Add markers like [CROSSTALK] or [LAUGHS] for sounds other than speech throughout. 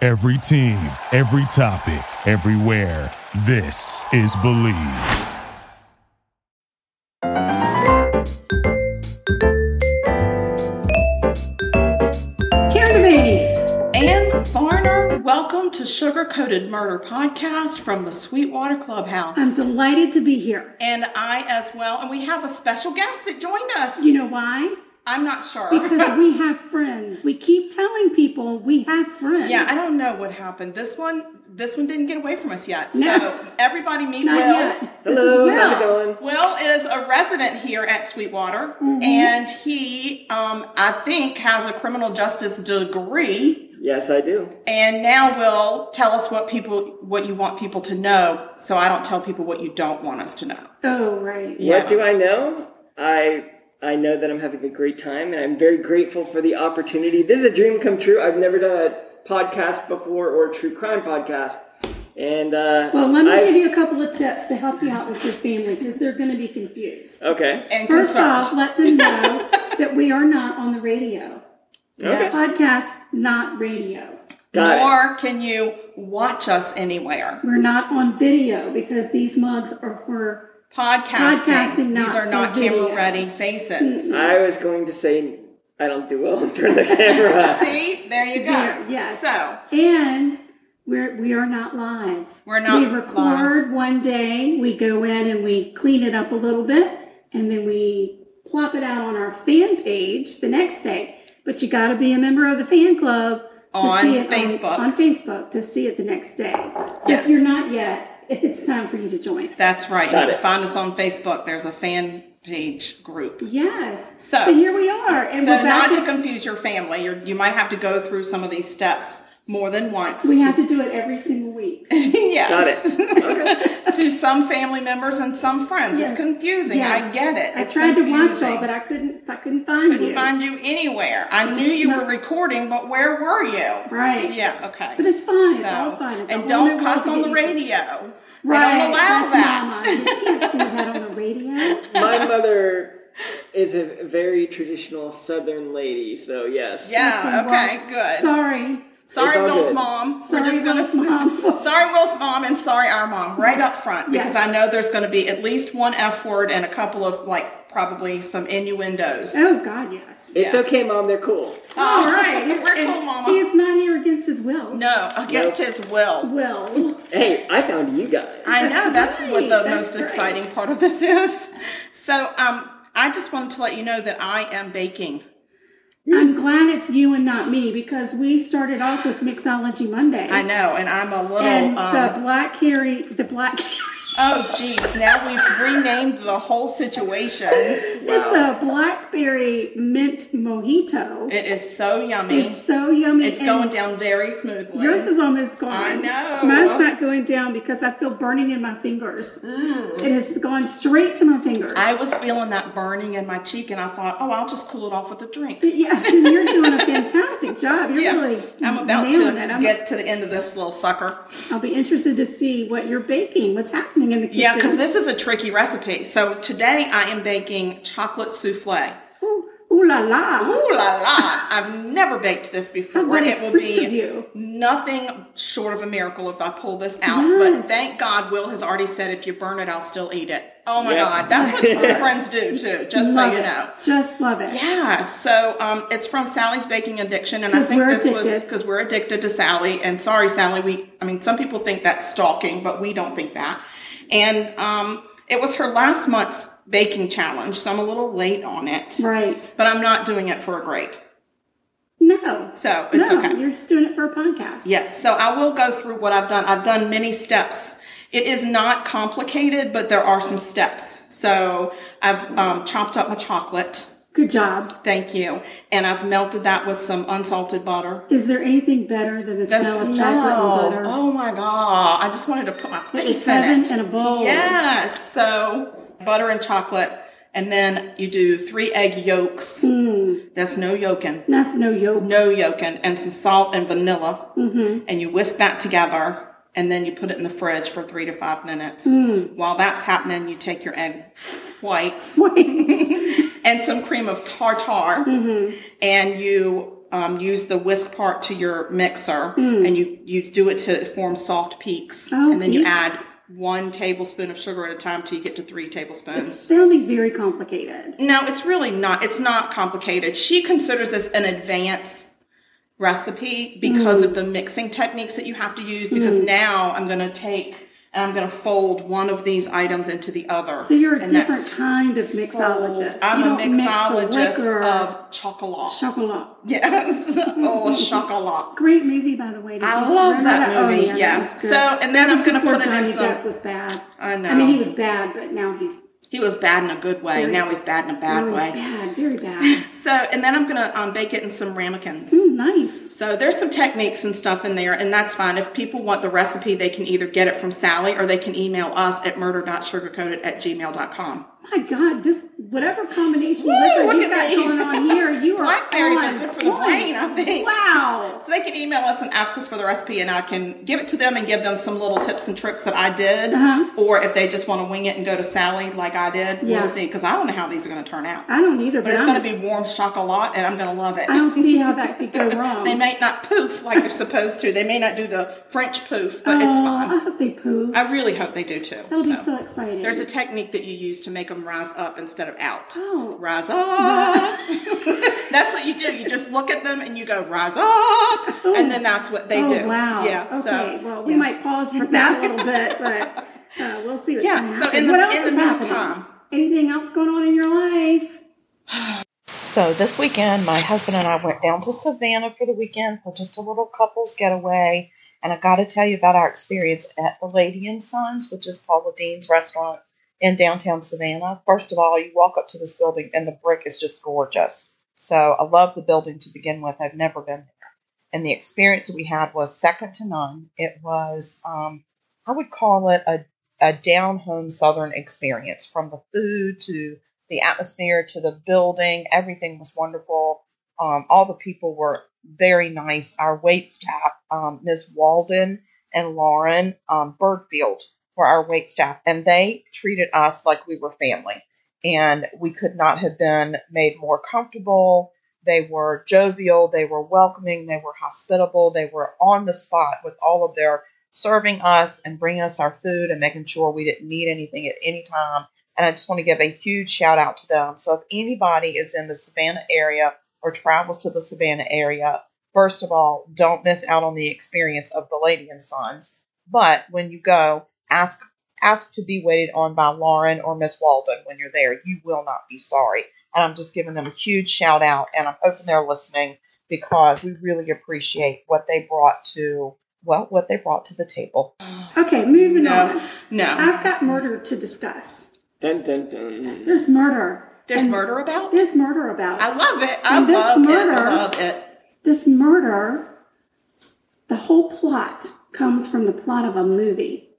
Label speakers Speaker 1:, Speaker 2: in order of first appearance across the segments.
Speaker 1: Every team, every topic, everywhere. This is Believe.
Speaker 2: Karen Devaney and Varner, welcome to Sugar Coated Murder Podcast from the Sweetwater Clubhouse.
Speaker 3: I'm delighted to be here.
Speaker 2: and I as well. And we have a special guest that joined us.
Speaker 3: You know why?
Speaker 2: I'm not sure.
Speaker 3: Because we have friends. We keep telling people we have friends.
Speaker 2: [LAUGHS] yeah, I don't know what happened. This one, this one didn't get away from us yet.
Speaker 3: No.
Speaker 2: So everybody meet
Speaker 3: Not
Speaker 2: Will.
Speaker 3: yet.
Speaker 4: Hello,
Speaker 3: this is Will.
Speaker 4: how's it going?
Speaker 2: Will is a resident here at Sweetwater,
Speaker 3: Mm-hmm.
Speaker 2: and he, um, I think, has a criminal justice degree.
Speaker 4: Yes, I do.
Speaker 2: And now, Will, tell us what people, what you want people to know, so I don't tell people what you don't want us to know.
Speaker 3: Oh, right.
Speaker 2: Yeah.
Speaker 4: What do I know? I I know that I'm having a great time, and I'm very grateful for the opportunity. This is a dream come true. I've never done a podcast before or a true crime podcast, and uh,
Speaker 3: Well, let me
Speaker 4: I've-
Speaker 3: give you a couple of tips to help you out with your family because they're going to be confused.
Speaker 4: Okay,
Speaker 2: And
Speaker 3: First
Speaker 2: concerned.
Speaker 3: off, let them know that we are not on the radio.
Speaker 4: okay,
Speaker 3: Podcast, not radio.
Speaker 4: got it.
Speaker 2: Nor can you watch us anywhere.
Speaker 3: We're not on video because these mugs are for.
Speaker 2: Podcasting.
Speaker 3: Podcasting, not
Speaker 2: These are
Speaker 3: for
Speaker 2: not
Speaker 3: video.
Speaker 2: camera ready faces.
Speaker 4: I was going to say I don't do well in front of the camera.
Speaker 2: [LAUGHS] See, there you go.
Speaker 3: There, yes.
Speaker 2: So
Speaker 3: And we're, we are not live.
Speaker 2: We're not
Speaker 3: We record one day, we go in and we clean it up a little bit, and then we plop it out on our fan page the next day. But you got to be a member of the fan club to
Speaker 2: On
Speaker 3: see it
Speaker 2: Facebook.
Speaker 3: On, on Facebook to see it the next day. So
Speaker 2: Yes.
Speaker 3: if you're not yet, it's time for you to join.
Speaker 2: that's right. you
Speaker 4: Got
Speaker 2: can
Speaker 4: it.
Speaker 2: find us on Facebook. There's a fan page group.
Speaker 3: Yes.
Speaker 2: So-
Speaker 3: here we are, and
Speaker 2: so
Speaker 3: we're back.
Speaker 2: not to
Speaker 3: at-
Speaker 2: confuse your family, you're, you might have to go through some of these steps more than once.
Speaker 3: we have to do it every single week.
Speaker 2: yes.
Speaker 4: Got it. Okay.
Speaker 2: [LAUGHS] to some family members and some friends.
Speaker 3: Yes.
Speaker 2: It's confusing. I
Speaker 3: Yes.
Speaker 2: get it.
Speaker 3: I
Speaker 2: It's
Speaker 3: tried to watch all,
Speaker 2: confusing.
Speaker 3: but I couldn't. I couldn't find
Speaker 2: couldn't
Speaker 3: you.
Speaker 2: find you anywhere. I knew you
Speaker 3: No.
Speaker 2: were recording, but where were you?
Speaker 3: Right.
Speaker 2: Yeah. Okay.
Speaker 3: But it's fine. It's all fine. It's
Speaker 2: and
Speaker 3: a whole
Speaker 2: don't
Speaker 3: new
Speaker 2: cuss on the
Speaker 3: world to get
Speaker 2: radio.
Speaker 3: Right.
Speaker 2: They don't allow
Speaker 3: that's
Speaker 2: [LAUGHS] that.
Speaker 3: Mama. You can't see that on the
Speaker 2: [LAUGHS]
Speaker 3: radio.
Speaker 4: My mother is a very traditional Southern lady, so yes.
Speaker 2: Yeah.
Speaker 3: Okay,
Speaker 2: Okay.
Speaker 3: well,
Speaker 2: Good.
Speaker 3: Sorry.
Speaker 2: sorry,
Speaker 4: all
Speaker 2: Will's
Speaker 4: good.
Speaker 2: mom.
Speaker 3: Sorry,
Speaker 2: gonna
Speaker 3: Will's mom.
Speaker 2: [LAUGHS] sorry, Will's mom, and sorry, our mom, right up front, because
Speaker 3: Yes.
Speaker 2: I know there's going to be at least one F word and a couple of like probably some innuendos.
Speaker 3: Oh God, yes.
Speaker 4: It's okay, mom. They're cool.
Speaker 3: All right.
Speaker 2: We're
Speaker 3: And
Speaker 2: cool, Mama.
Speaker 3: He's not here against his will.
Speaker 2: no, against
Speaker 4: Nope.
Speaker 2: his will.
Speaker 3: Will.
Speaker 4: Hey, I found you guys.
Speaker 2: I know that's
Speaker 3: That's
Speaker 2: what
Speaker 3: right,
Speaker 2: the
Speaker 3: that's
Speaker 2: most
Speaker 3: right.
Speaker 2: exciting part of this is. So, um, I just wanted to let you know that I am baking.
Speaker 3: I'm glad it's you and not me because we started off with Mixology Monday.
Speaker 2: I know, and I'm a little.
Speaker 3: And the
Speaker 2: um,
Speaker 3: black Harry, the black. [LAUGHS]
Speaker 2: oh, geez, now we've renamed the whole situation. It
Speaker 3: It's a blackberry mint mojito.
Speaker 2: is so yummy.
Speaker 3: It's so yummy.
Speaker 2: It's
Speaker 3: and
Speaker 2: going down very smoothly.
Speaker 3: Yours is almost gone.
Speaker 2: I know.
Speaker 3: Mine's not going down because I feel burning in my fingers. It has gone straight to my fingers.
Speaker 2: Mm. I was feeling that burning in my cheek, and I thought, oh, I'll just cool it off with a drink.
Speaker 3: yes, and you're doing a fantastic job. You're
Speaker 2: Yeah,
Speaker 3: really
Speaker 2: I'm about
Speaker 3: nailing
Speaker 2: to
Speaker 3: it. I'm,
Speaker 2: get to the end of this little sucker.
Speaker 3: I'll be interested to see what you're baking, what's happening in the kitchen.
Speaker 2: Yeah, because this is a tricky recipe. So today I am baking chocolate souffle.
Speaker 3: Ooh, ooh la la.
Speaker 2: Ooh la la! I've never baked this
Speaker 3: How
Speaker 2: before.
Speaker 3: about
Speaker 2: It
Speaker 3: it
Speaker 2: will
Speaker 3: fruits of
Speaker 2: be
Speaker 3: you?
Speaker 2: nothing short of a miracle if I pull this out.
Speaker 3: Yes.
Speaker 2: But thank God, Will has already said if you burn it, I'll still eat it. Oh my
Speaker 4: Yeah.
Speaker 2: God, that's what her friends do too. Just
Speaker 3: love
Speaker 2: so you
Speaker 3: it.
Speaker 2: know.
Speaker 3: Just love it.
Speaker 2: Yeah, so um, it's from Sally's Baking Addiction, and I
Speaker 3: 'Cause
Speaker 2: think
Speaker 3: we're
Speaker 2: this was
Speaker 3: addicted.
Speaker 2: because we're addicted to Sally. And sorry, Sally, we I mean, some people think that's stalking, but we don't think that. And um, it was her last month's baking challenge, so I'm a little late on it,
Speaker 3: Right.
Speaker 2: but I'm not doing it for a grade.
Speaker 3: No.
Speaker 2: So it's
Speaker 3: no,
Speaker 2: okay.
Speaker 3: You're just doing it for a podcast.
Speaker 2: Yes, so I will go through what I've done. I've done many steps. It is not complicated, but there are some steps. So I've um, chopped up my chocolate.
Speaker 3: Good job.
Speaker 2: Thank you. And I've melted that with some unsalted butter.
Speaker 3: Is there anything better than the,
Speaker 2: The
Speaker 3: smell of
Speaker 2: smell.
Speaker 3: chocolate and butter?
Speaker 2: Oh my God. I just wanted to put my
Speaker 3: Put your
Speaker 2: face in
Speaker 3: seven
Speaker 2: it.
Speaker 3: in a bowl.
Speaker 2: Yes. So butter and chocolate. And then you do three egg yolks.
Speaker 3: Hmm.
Speaker 2: That's no yolking.
Speaker 3: That's no yolk. [LAUGHS]
Speaker 2: No yolking. And some salt and vanilla. Mm-hmm. And you whisk that together. And then you put it in the fridge for three to five minutes.
Speaker 3: Hmm.
Speaker 2: While that's happening, you take your egg whites
Speaker 3: Wait. Mm-hmm.
Speaker 2: and some cream of tartar and you um, use the whisk part to your mixer and you, you do it to form soft peaks.
Speaker 3: Mm. Oh,
Speaker 2: and then you
Speaker 3: peaks.
Speaker 2: add one tablespoon of sugar at a time till you get to three tablespoons.
Speaker 3: Sounding very complicated.
Speaker 2: No, it's really not. It's not complicated. She considers this an advanced recipe because
Speaker 3: Mm.
Speaker 2: of the mixing techniques that you have to use. Because now I'm going to take and I'm going to fold one of these items into the other.
Speaker 3: So you're a
Speaker 2: And
Speaker 3: different
Speaker 2: that's-
Speaker 3: kind of mixologist.
Speaker 2: I'm
Speaker 3: you
Speaker 2: a
Speaker 3: don't mix the
Speaker 2: mixologist
Speaker 3: liquor
Speaker 2: of chocolate.
Speaker 3: chocolate. [LAUGHS]
Speaker 2: yes, oh chocolate.
Speaker 3: Great movie, by the way. Did
Speaker 2: I
Speaker 3: you
Speaker 2: love
Speaker 3: remember
Speaker 2: that
Speaker 3: Oh,
Speaker 2: movie,
Speaker 3: yeah, that
Speaker 2: yes.
Speaker 3: was good.
Speaker 2: So, and then
Speaker 3: That
Speaker 2: I'm
Speaker 3: was
Speaker 2: gonna
Speaker 3: before
Speaker 2: put it in
Speaker 3: Johnny
Speaker 2: some-
Speaker 3: Depp was bad.
Speaker 2: I know.
Speaker 3: I mean, he was bad, but now he's
Speaker 2: He was bad in a good way. Now he's bad in a bad
Speaker 3: now he's
Speaker 2: way.
Speaker 3: bad, very
Speaker 2: [LAUGHS]
Speaker 3: bad.
Speaker 2: So, and then I'm going to um, bake it in some ramekins.
Speaker 3: Mm, nice.
Speaker 2: So there's some techniques and stuff in there, and that's fine. If people want the recipe, they can either get it from Sally or they can email us at murder.sugarcoated at gmail.com.
Speaker 3: Oh My God, this whatever combination
Speaker 2: Woo,
Speaker 3: liquor
Speaker 2: look
Speaker 3: you
Speaker 2: at
Speaker 3: got
Speaker 2: me.
Speaker 3: going on here,
Speaker 2: [LAUGHS]
Speaker 3: you are
Speaker 2: Blackberries are
Speaker 3: on
Speaker 2: good for the
Speaker 3: point.
Speaker 2: brain, I think.
Speaker 3: Wow.
Speaker 2: So they can email us and ask us for the recipe, and I can give it to them and give them some little tips and tricks that I did.
Speaker 3: Uh-huh.
Speaker 2: Or if they just want to wing it and go to Sally like I did,
Speaker 3: Yeah.
Speaker 2: we'll see, because I don't know how these are going to turn out.
Speaker 3: I don't either,
Speaker 2: But
Speaker 3: but,
Speaker 2: it's
Speaker 3: I'm-
Speaker 2: going to be warm chocolate, and I'm going to love it.
Speaker 3: I don't see how that could
Speaker 2: [LAUGHS]
Speaker 3: go wrong.
Speaker 2: they may not poof like they're supposed to. They may not do the French poof, but it's
Speaker 3: Oh,
Speaker 2: fine.
Speaker 3: I hope they poo.
Speaker 2: I really hope they do too.
Speaker 3: That'll be so exciting.
Speaker 2: There's a technique that you use to make them rise up instead of out.
Speaker 3: Oh. [LAUGHS]
Speaker 2: Rise up. that's what you do. You just look at them and you go rise up, and then that's what they
Speaker 3: oh,
Speaker 2: do.
Speaker 3: Wow.
Speaker 2: Yeah.
Speaker 3: Okay.
Speaker 2: So
Speaker 3: well, we
Speaker 2: yeah.
Speaker 3: might pause
Speaker 2: [LAUGHS]
Speaker 3: for that a little bit, but uh, we'll see what's
Speaker 2: Yeah,
Speaker 3: gonna
Speaker 2: so
Speaker 3: happen.
Speaker 2: in the-
Speaker 3: what else
Speaker 2: in the
Speaker 3: is happening?
Speaker 2: meantime-
Speaker 3: Anything else going on in your life?
Speaker 5: So this weekend, my husband and I went down to Savannah for the weekend for just a little couples getaway. And I got to tell you about our experience at the Lady and Sons, which is Paula Dean's restaurant in downtown Savannah. First of all, you walk up to this building and the brick is just gorgeous. So I love the building to begin with. I've never been there. And the experience that we had was second to none. It was, um, I would call it a, a down home southern experience from the food to the atmosphere to the building. Everything was wonderful. Um, all the people were very nice. Our wait staff, um, Ms. Walden and Lauren um, Birdfield, were our wait staff, and they treated us like we were family. And we could not have been made more comfortable. They were jovial, they were welcoming, they were hospitable, they were on the spot with all of their serving us and bringing us our food and making sure we didn't need anything at any time and I just want to give a huge shout out to them. So if anybody is in the Savannah area or travels to the Savannah area, first of all, don't miss out on the experience of the Lady and Sons. But when you go, ask ask to be waited on by Lauren or Miss Walden when you're there. You will not be sorry. And I'm just giving them a huge shout out, and I'm hoping they're listening because we really appreciate what they brought to well what they brought to the table.
Speaker 3: Okay, moving
Speaker 2: No.
Speaker 3: on.
Speaker 2: No.
Speaker 3: I've got murder to discuss.
Speaker 4: Dun, dun, dun.
Speaker 3: There's murder.
Speaker 2: There's
Speaker 3: And
Speaker 2: murder about.
Speaker 3: There's murder about.
Speaker 2: I love it. I
Speaker 3: And this
Speaker 2: love it.
Speaker 3: murder-
Speaker 2: I love it.
Speaker 3: this murder, the whole plot comes from the plot of a movie.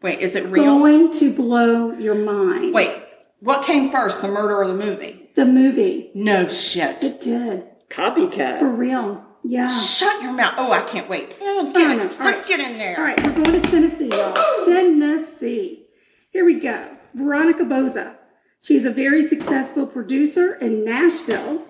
Speaker 2: Wait, is it real?
Speaker 3: Going to blow your mind.
Speaker 2: Wait, what came first, the murder or the movie?
Speaker 3: The movie.
Speaker 2: No shit.
Speaker 3: It did. For
Speaker 4: Copycat.
Speaker 3: real. Yeah.
Speaker 2: Shut your mouth. Oh, I can't wait.
Speaker 3: Fair
Speaker 2: Let's get, in-
Speaker 3: enough. All
Speaker 2: let's
Speaker 3: right.
Speaker 2: get in there.
Speaker 3: All right, we're going to Tennessee, y'all. Tennessee. Here we go. Veronica Boza. She's a very successful producer in Nashville.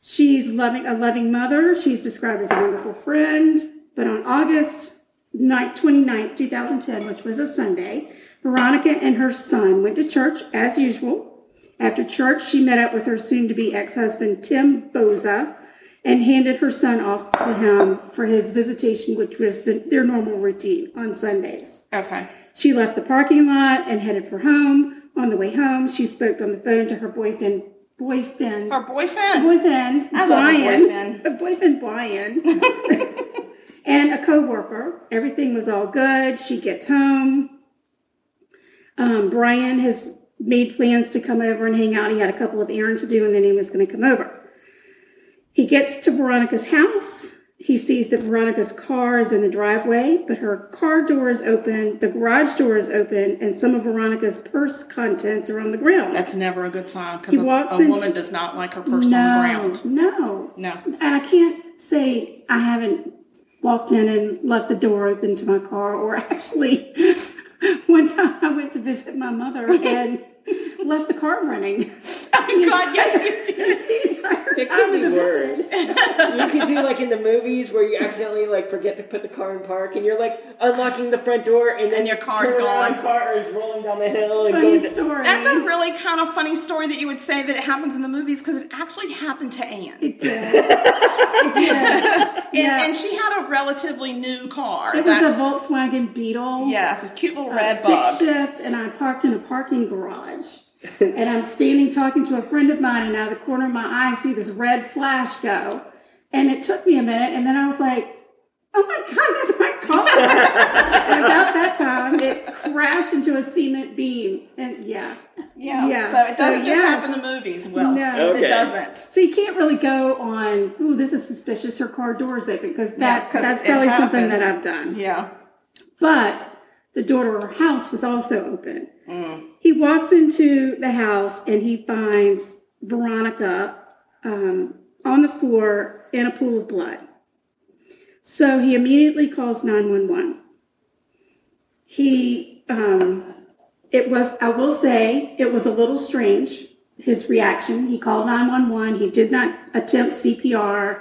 Speaker 3: She's loving a loving mother. She's described as a wonderful friend. But on August 9th, 29th, 2010, which was a Sunday, Veronica and her son went to church as usual. After church, she met up with her soon to be ex husband, Tim Boza, and handed her son off to him for his visitation, which was the, their normal routine on Sundays.
Speaker 2: Okay.
Speaker 3: She left the parking lot and headed for home. On the way home, she spoke on the phone to her boyfriend, boyfriend,
Speaker 2: Our boyfriend.
Speaker 3: boyfriend,
Speaker 2: I love a
Speaker 3: Brian, [LAUGHS] a boyfriend, Brian, [LAUGHS] and a coworker. Everything was all good. She gets home. Um, Brian has made plans to come over and hang out. He had a couple of errands to do, and then he was going to come over. He gets to Veronica's house. He sees that Veronica's car is in the driveway, but her car door is open, the garage door is open, and some of Veronica's purse contents are on the ground.
Speaker 2: That's never a good sign because
Speaker 3: He
Speaker 2: a,
Speaker 3: walks
Speaker 2: a
Speaker 3: into-
Speaker 2: woman does not like her purse on the ground.
Speaker 3: No. [LAUGHS]
Speaker 2: No.
Speaker 3: And I can't say I haven't walked in and left the door open to my car, or [LAUGHS] actually,
Speaker 4: [LAUGHS]
Speaker 3: one time I went to visit my mother and left the car running. [LAUGHS] the
Speaker 2: Oh God,
Speaker 3: entire- [LAUGHS]
Speaker 2: yes, you did.
Speaker 3: the entire
Speaker 4: It
Speaker 3: time
Speaker 4: could
Speaker 3: of
Speaker 4: be
Speaker 3: the
Speaker 4: worse.
Speaker 3: visit.
Speaker 4: You could do like in the movies where you accidentally like forget to put the car in park, and you're like unlocking the front door, and then
Speaker 2: And your car's
Speaker 4: turn around,
Speaker 2: gone.
Speaker 4: the Car is rolling down the hill. And
Speaker 3: Funny
Speaker 4: goes to-
Speaker 3: story.
Speaker 2: That's a really kind of funny story that you would say that it happens in the movies because it actually happened to Anne.
Speaker 3: It
Speaker 2: [LAUGHS]
Speaker 3: did. It did.
Speaker 2: and,
Speaker 3: yeah.
Speaker 2: and she had a relatively new car.
Speaker 3: It was a
Speaker 2: That's-
Speaker 3: Volkswagen Beetle.
Speaker 2: Yes, a cute little
Speaker 3: a
Speaker 2: red
Speaker 3: stick
Speaker 2: bug.
Speaker 3: shift, and I parked in a parking garage. and I'm standing talking to a friend of mine, and out of the corner of my eye, I see this red flash go. And it took me a minute, and then I was like, oh my God, that's my car. [LAUGHS] and about that time, it crashed into a cement beam. And yeah.
Speaker 2: Yeah.
Speaker 3: Yeah,
Speaker 2: So it
Speaker 3: so
Speaker 2: doesn't just
Speaker 3: yes.
Speaker 2: happen in the movies. Well,
Speaker 3: No.
Speaker 4: Okay.
Speaker 2: it doesn't.
Speaker 3: So you can't really go on, oh, this is suspicious, her car door is open, because that,
Speaker 2: Yeah, 'cause
Speaker 3: that's
Speaker 2: it
Speaker 3: probably something that
Speaker 2: happens.
Speaker 3: I've done.
Speaker 2: Yeah.
Speaker 3: But the door to her house was also open. He walks into the house and he finds Veronica um, on the floor in a pool of blood. So he immediately calls 911. He, um, it was, I will say, it was a little strange, his reaction. He called 911. He did not attempt CPR.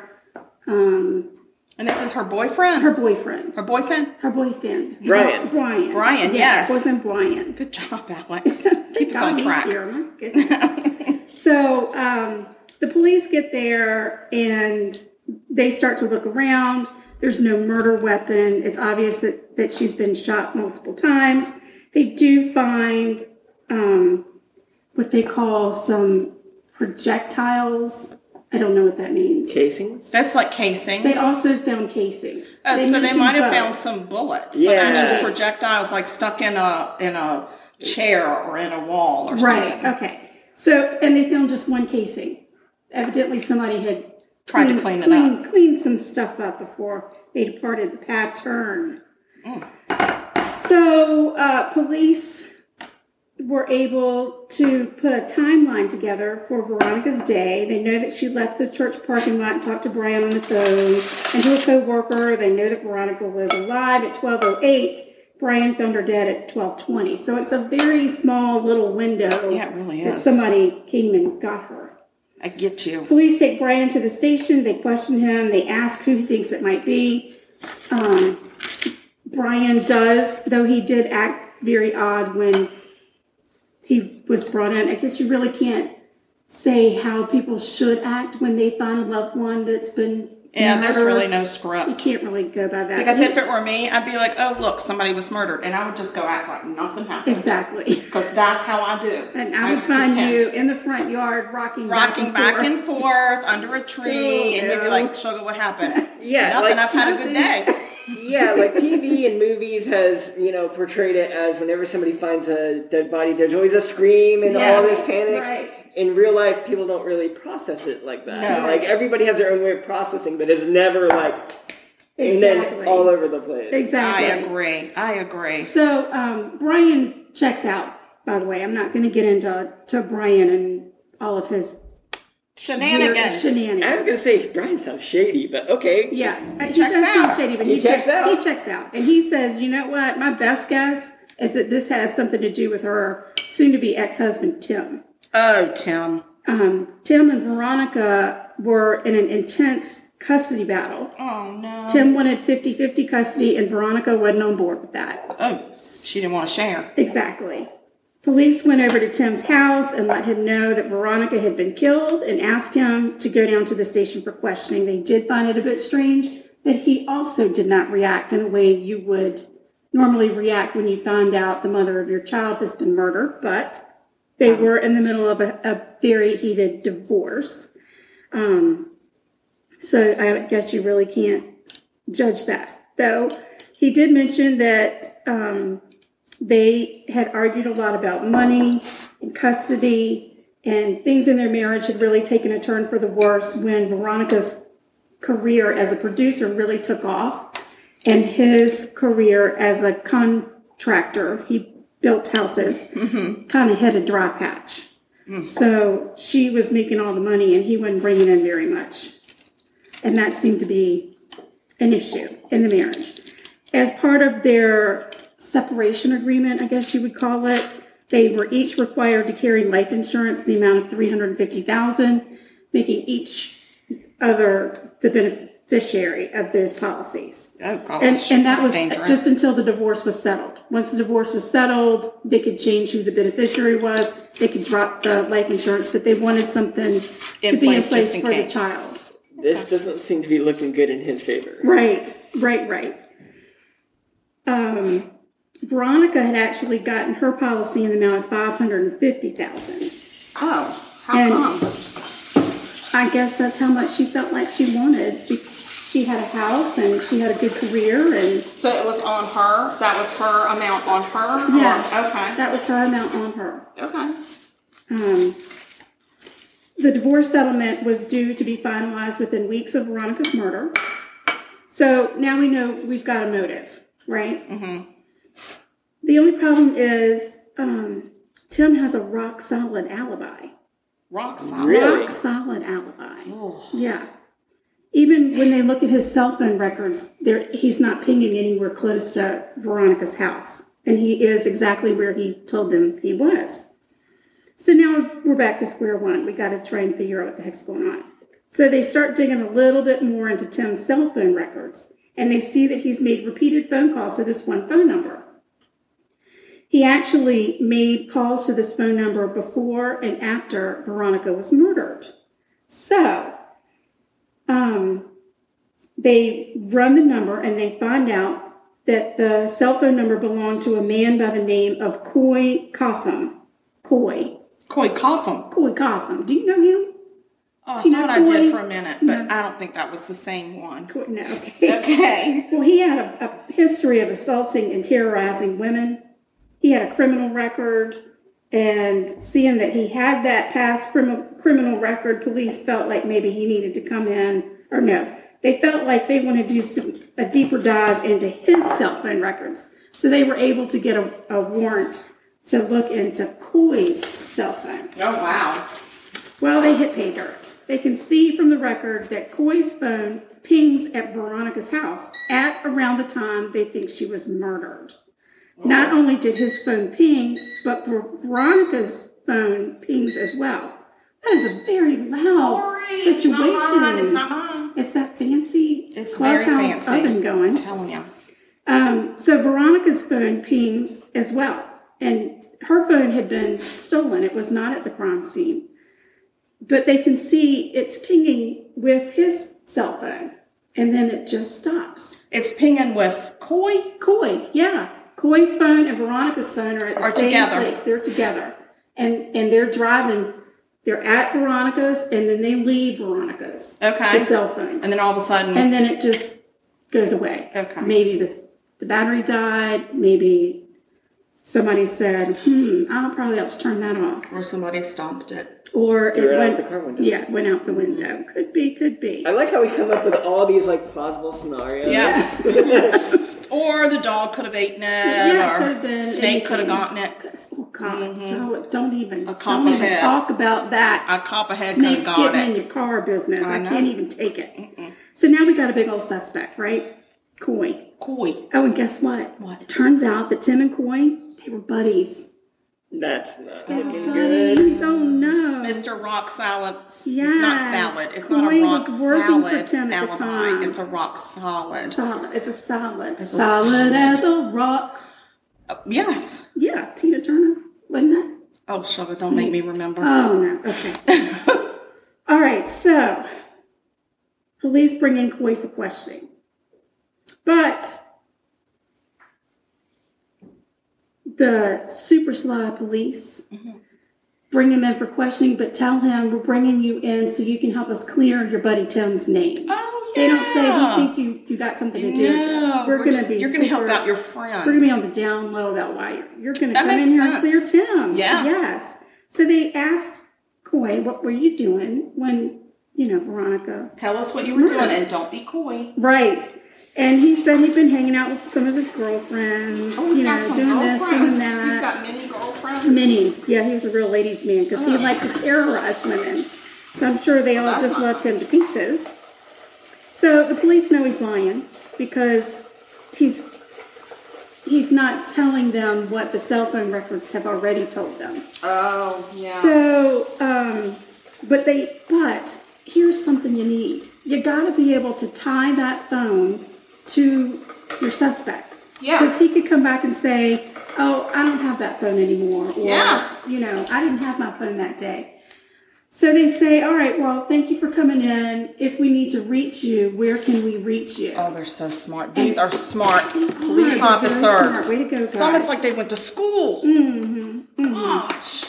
Speaker 3: Um,
Speaker 2: And this is her boyfriend.
Speaker 3: her
Speaker 2: Her,
Speaker 3: boyfriend.
Speaker 2: boyfriend.
Speaker 3: Her boyfriend.
Speaker 4: Brian.
Speaker 3: Brian.
Speaker 2: Brian, yes.
Speaker 3: Boyfriend Brian. [LAUGHS]
Speaker 2: Good job, Alex.
Speaker 3: Thank
Speaker 2: Keep us
Speaker 3: God
Speaker 2: on
Speaker 3: he's
Speaker 2: track.
Speaker 3: Here. My goodness.
Speaker 2: [LAUGHS]
Speaker 3: so um, the police get there and they start to look around. There's no murder weapon. It's obvious that, that she's been shot multiple times. They do find um, what they call some projectiles. I don't know what that means.
Speaker 4: Casings.
Speaker 2: That's like casings.
Speaker 3: They also found casings.
Speaker 2: Uh, so they
Speaker 3: mentioned
Speaker 2: might have
Speaker 3: both.
Speaker 2: found some bullets,
Speaker 4: Yeah.
Speaker 2: some actual projectiles, like stuck in a in a chair or in a wall or
Speaker 3: Right.
Speaker 2: something.
Speaker 3: Okay. So, and they found just one casing. Evidently, somebody had
Speaker 2: Tried to clean it
Speaker 3: cleaned, cleaned some stuff up before they departed the pattern.
Speaker 2: Hmm.
Speaker 3: So, uh, police were able to put a timeline together for Veronica's day. They know that she left the church parking lot and talked to Brian on the phone and to a co-worker. They know that Veronica was alive at 1208. Brian found her dead at 1220. So it's a very small little window
Speaker 2: Yeah, it really
Speaker 3: that
Speaker 2: is.
Speaker 3: somebody came and got her.
Speaker 2: I get you.
Speaker 3: Police take Brian to the station. They question him. They ask who he thinks it might be. Um, Brian does, though he did act very odd when he was brought in. I guess you really can't say how people should act when they find a loved one that's been.
Speaker 2: Yeah, there's
Speaker 3: murdered.
Speaker 2: really no
Speaker 3: You
Speaker 2: script.
Speaker 3: can't really go by that.
Speaker 2: Like I said, if it were me, I'd be like, "Oh, look, somebody was murdered," and I would just go act like nothing happened.
Speaker 3: exactly. [LAUGHS]
Speaker 2: Because that's how I do.
Speaker 3: And I would
Speaker 2: just
Speaker 3: find
Speaker 2: pretend.
Speaker 3: you in the front yard rocking,
Speaker 2: rocking
Speaker 3: back and,
Speaker 2: back and forth under a tree, and you'd be like, "Sugar,
Speaker 3: [LAUGHS]
Speaker 2: what happened?"
Speaker 4: Yeah,
Speaker 2: nothing.
Speaker 4: like
Speaker 2: I've had a good day.
Speaker 4: Yeah, like TV and movies has, you know, portrayed it as whenever somebody finds a dead body, there's always a scream and all
Speaker 2: Yes,
Speaker 4: this panic.
Speaker 3: right.
Speaker 4: In real life, people don't really process it like that.
Speaker 2: No.
Speaker 4: Like everybody has their own way of processing, but it's never like and
Speaker 3: Exactly.
Speaker 4: then all over the place.
Speaker 3: [LAUGHS]
Speaker 2: I
Speaker 3: Exactly.
Speaker 2: agree. I agree.
Speaker 3: So um, Brian checks out. By the way, I'm not going to get into to Brian and all of his weird
Speaker 2: Shenanigans.
Speaker 4: I was
Speaker 3: shenanigans.
Speaker 4: gonna say Brian sounds shady, but okay.
Speaker 3: Yeah, he,
Speaker 2: checks
Speaker 3: does sound
Speaker 2: out.
Speaker 3: shady, but he,
Speaker 4: He checks out.
Speaker 3: He checks out, and he says, "You know what? My best guess is that this has something to do with her soon-to-be ex-husband Tim.
Speaker 2: Oh, Tim.
Speaker 3: Um, Tim and Veronica were in an intense custody battle.
Speaker 2: Oh no.
Speaker 3: Tim wanted 50-50 custody, and Veronica wasn't on board with that.
Speaker 2: Oh, she didn't want to share.
Speaker 3: Exactly. Police went over to Tim's house and let him know that Veronica had been killed and asked him to go down to the station for questioning. They did find it a bit strange that he also did not react in a way you would normally react when you find out the mother of your child has been murdered, but they were in the middle of a, a very heated divorce. Um, so I guess you really can't judge that. Though he did mention that um, they had argued a lot about money and custody, and things in their marriage had really taken a turn for the worse when Veronica's career as a producer really took off, and his career as a contractor, he built houses, kind of hit a dry patch. So she was making all the money, and he wasn't bringing in very much. And that seemed to be an issue in the marriage. As part of their separation agreement, I guess you would call it, They were each required to carry life insurance in the amount of three hundred and fifty thousand, making each other the beneficiary of those policies.
Speaker 2: Oh gosh,
Speaker 3: And, and that
Speaker 2: that's
Speaker 3: was
Speaker 2: dangerous.
Speaker 3: just until the divorce was settled. Once the divorce was settled, they could change who the beneficiary was. They could drop the life insurance, but they wanted something to
Speaker 2: In
Speaker 3: be in
Speaker 2: place just
Speaker 3: place
Speaker 2: in
Speaker 3: for the
Speaker 2: case.
Speaker 3: child.
Speaker 4: This doesn't seem to be looking good in his favor.
Speaker 3: Right, right, right. Um, Veronica had actually gotten her policy in the amount of five hundred and fifty thousand.
Speaker 2: oh, how
Speaker 3: and-
Speaker 2: come?
Speaker 3: I guess that's how much she felt like she wanted. Be- She had a house and she had a good career, and
Speaker 2: So it was on her. That was her amount on her. Or-
Speaker 3: yes,
Speaker 2: okay.
Speaker 3: Oh, that was her amount on her.
Speaker 2: okay.
Speaker 3: Um, the divorce settlement was due to be finalized within weeks of Veronica's murder. So now we know we've got a motive, right?
Speaker 2: Mhm.
Speaker 3: The only problem is um, Tim has a rock solid alibi.
Speaker 2: Rock solid.
Speaker 4: Really?
Speaker 3: Rock solid alibi.
Speaker 2: Oh,
Speaker 3: Yeah. Even when they look at his cell phone records, there he's not pinging anywhere close to Veronica's house, and he is exactly where he told them he was. So now we're back to square one. We got to try and figure out what the heck's going on. So they start digging a little bit more into Tim's cell phone records, and they see that he's made repeated phone calls to this one phone number. He actually made calls to this phone number before and after Veronica was murdered. So, um, they run the number and they find out that the cell phone number belonged to a man by the name of Coy Coffin. Coy.
Speaker 2: Coy Coffin.
Speaker 3: Coy Coffin. Do you know him?
Speaker 2: Oh, I
Speaker 3: Do you know
Speaker 2: thought I
Speaker 3: Coy?
Speaker 2: did for a minute, but
Speaker 3: No.
Speaker 2: I don't think that was the same one.
Speaker 3: Coy, no. Okay.
Speaker 2: [LAUGHS] Okay.
Speaker 3: Well, he had a, a history of assaulting and terrorizing women. He had a criminal record, and seeing that he had that past criminal criminal record, police felt like maybe he needed to come in, or no, they felt like they wanted to do some, a deeper dive into his cell phone records. So they were able to get a, a warrant to look into Coy's cell phone.
Speaker 2: Oh wow.
Speaker 3: Well, they hit pay dirt. They can see from the record that Coy's phone pings at Veronica's house at around the time they think she was murdered. Not only did his phone ping, but Ver- Veronica's phone pings as well. That is a very loud
Speaker 2: Sorry,
Speaker 3: Oh, situation.
Speaker 2: It's not mine. It's not mine.
Speaker 3: It's that fancy
Speaker 2: It's very
Speaker 3: clubhouse
Speaker 2: fancy.
Speaker 3: oven going.
Speaker 2: I'm telling you.
Speaker 3: Um, so Veronica's phone pings as well, and her phone had been stolen. It was not at the crime scene, but they can see it's pinging with his cell phone, and then it just stops.
Speaker 2: It's pinging with Coy.
Speaker 3: Coy, yeah, Coy's phone and Veronica's phone are at the
Speaker 2: Are
Speaker 3: same
Speaker 2: together.
Speaker 3: place. They're together, and and they're driving. They're at Veronica's, and then they leave Veronica's the
Speaker 2: Okay.
Speaker 3: cell phone,
Speaker 2: and then all of a sudden,
Speaker 3: and then it just goes away
Speaker 2: okay.
Speaker 3: maybe the, the battery died maybe somebody said hmm i'll probably have to turn that off
Speaker 2: Or somebody stomped it.
Speaker 3: or
Speaker 4: Threw
Speaker 3: it
Speaker 4: it out the
Speaker 3: went
Speaker 4: car window.
Speaker 3: yeah went out the window could be could be
Speaker 4: I like how we come up with all these like plausible scenarios.
Speaker 2: Yeah. Or the dog could have eaten it.
Speaker 3: Yeah, it could have
Speaker 2: or
Speaker 3: been
Speaker 2: snake could have
Speaker 3: anything.
Speaker 2: gotten it.
Speaker 3: oh god
Speaker 2: Mhm.
Speaker 3: don't, don't even
Speaker 2: A
Speaker 3: don't even
Speaker 2: copperhead.
Speaker 3: talk about that
Speaker 2: A copperhead could have
Speaker 3: snakes
Speaker 2: got
Speaker 3: getting in
Speaker 2: it.
Speaker 3: your car business
Speaker 2: I
Speaker 3: i,
Speaker 2: know.
Speaker 3: can't even take it
Speaker 2: Mm-mm.
Speaker 3: so now we got a big old suspect right coy
Speaker 2: Coy.
Speaker 3: oh and guess what
Speaker 2: What?
Speaker 3: it turns out that tim and coy they were buddies
Speaker 4: [LAUGHS] That's not
Speaker 3: they were
Speaker 4: looking good.
Speaker 3: buddies oh no
Speaker 2: Mr. Rock Salad. s- Not
Speaker 3: Yes.
Speaker 2: salad. It's
Speaker 3: Coy
Speaker 2: not a rock
Speaker 3: was working for
Speaker 2: salad
Speaker 3: Tim at the
Speaker 2: alibi.
Speaker 3: time.
Speaker 2: It's a rock solid.
Speaker 3: Solid. It's a solid.
Speaker 2: It's a
Speaker 3: solid,
Speaker 2: solid.
Speaker 3: as a rock.
Speaker 2: Uh, yes.
Speaker 3: Yeah, Tina Turner, wasn't it?
Speaker 2: Oh, shove it. Don't make me remember.
Speaker 3: Oh no. Okay.
Speaker 2: [LAUGHS]
Speaker 3: All right. So, police bring in Coy for questioning, but the super sly police
Speaker 2: Mm-hmm.
Speaker 3: bring him in for questioning, but tell him we're bringing you in so you can help us clear your buddy Tim's name.
Speaker 2: oh, yeah.
Speaker 3: They don't say we think you, you got something to do with
Speaker 2: No,
Speaker 3: this. We're, going to
Speaker 2: just-
Speaker 3: be
Speaker 2: You're going to help
Speaker 3: super-
Speaker 2: out your friend.
Speaker 3: We're going to be on the down low about why you're, you're going to
Speaker 2: That
Speaker 3: come in
Speaker 2: makes
Speaker 3: here and clear
Speaker 2: sense.
Speaker 3: Tim.
Speaker 2: Yeah.
Speaker 3: Yes. So they asked Coy, "What were you doing when you know Veronica?"
Speaker 2: Tell us what you were
Speaker 3: Smart.
Speaker 2: doing and don't be coy.
Speaker 3: Right. And he said he'd been hanging out with some of his girlfriends,
Speaker 2: Oh,
Speaker 3: you know, doing this, doing that.
Speaker 2: He's got many girlfriends.
Speaker 3: Minnie. Yeah, he was a real ladies' man because he
Speaker 2: Oh.
Speaker 3: liked to terrorize women. So I'm sure they all
Speaker 2: That's
Speaker 3: just
Speaker 2: not
Speaker 3: loved him to pieces. So the police know he's lying because he's he's not telling them what the cell phone records have already told them.
Speaker 2: Oh, yeah.
Speaker 3: So, um, but they, but here's something you need. You got to be able to tie that phone to your suspect.
Speaker 2: Yeah.
Speaker 3: Because he could come back and say, "Oh, I don't have that phone anymore," or
Speaker 2: Yeah.
Speaker 3: you know, "I didn't have my phone that day." So they say, "All right, well, thank you for coming in. If we need to reach you, where can we reach you?"
Speaker 2: oh, they're so smart. These are smart
Speaker 3: they're
Speaker 2: police
Speaker 3: very
Speaker 2: officers.
Speaker 3: smart. Way to go,
Speaker 2: It's almost
Speaker 3: guys. Mm-hmm,
Speaker 2: like they went to school. Gosh.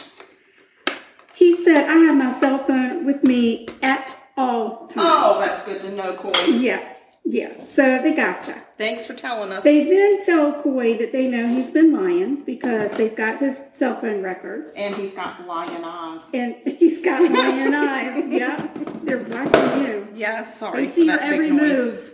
Speaker 3: He said, "I have my cell phone with me at all times."
Speaker 2: Oh, that's good to know, Corey.
Speaker 3: Yeah, yeah. So they gotcha.
Speaker 2: Thanks for telling us.
Speaker 3: They then tell Coy that they know he's been lying because they've got his cell phone records.
Speaker 2: and he's got lion eyes.
Speaker 3: And he's
Speaker 2: [LAUGHS]
Speaker 3: got lion eyes. Yeah, they're watching you.
Speaker 2: Yeah, sorry.
Speaker 3: They see
Speaker 2: for
Speaker 3: your
Speaker 2: that big
Speaker 3: every
Speaker 2: noise.
Speaker 3: move.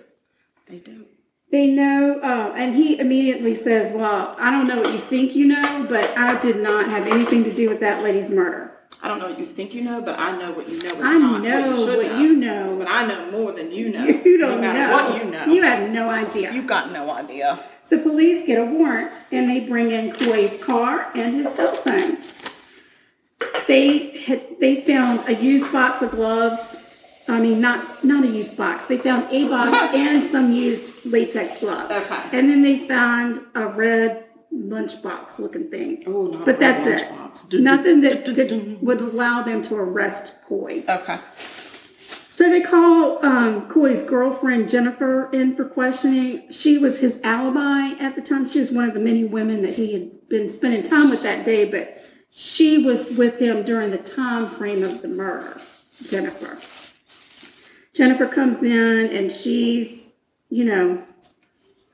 Speaker 2: They do.
Speaker 3: They know, uh, and he immediately says, Well, I don't know what you think you know, but I did not have anything to do with that lady's murder.
Speaker 2: I don't know what you think you know, but I know what you know is
Speaker 3: I
Speaker 2: not
Speaker 3: know
Speaker 2: what you should
Speaker 3: what
Speaker 2: know.
Speaker 3: you know.
Speaker 2: But I know more than you
Speaker 3: [LAUGHS]
Speaker 2: know.
Speaker 3: you don't
Speaker 2: no matter
Speaker 3: know.
Speaker 2: what you know.
Speaker 3: You have no idea.
Speaker 2: You got no idea.
Speaker 3: So police get a warrant and they bring in Coy's car and his cell phone. They had, they found a used box of gloves. I mean, not not a used box. They found a
Speaker 2: [LAUGHS]
Speaker 3: box and some used latex gloves.
Speaker 2: Okay.
Speaker 3: And then they found a red lunchbox looking thing.
Speaker 2: Oh, not a
Speaker 3: but
Speaker 2: red
Speaker 3: that's it.
Speaker 2: lunchbox. Du- du-
Speaker 3: Nothing that
Speaker 2: du- du-
Speaker 3: could, would allow them to arrest Coy.
Speaker 2: Okay.
Speaker 3: So they call um, Coy's girlfriend Jennifer in for questioning. She was his alibi at the time. She was one of the many women that he had been spending time with that day, but she was with him during the time frame of the murder. Jennifer. Jennifer comes in and she's, you know,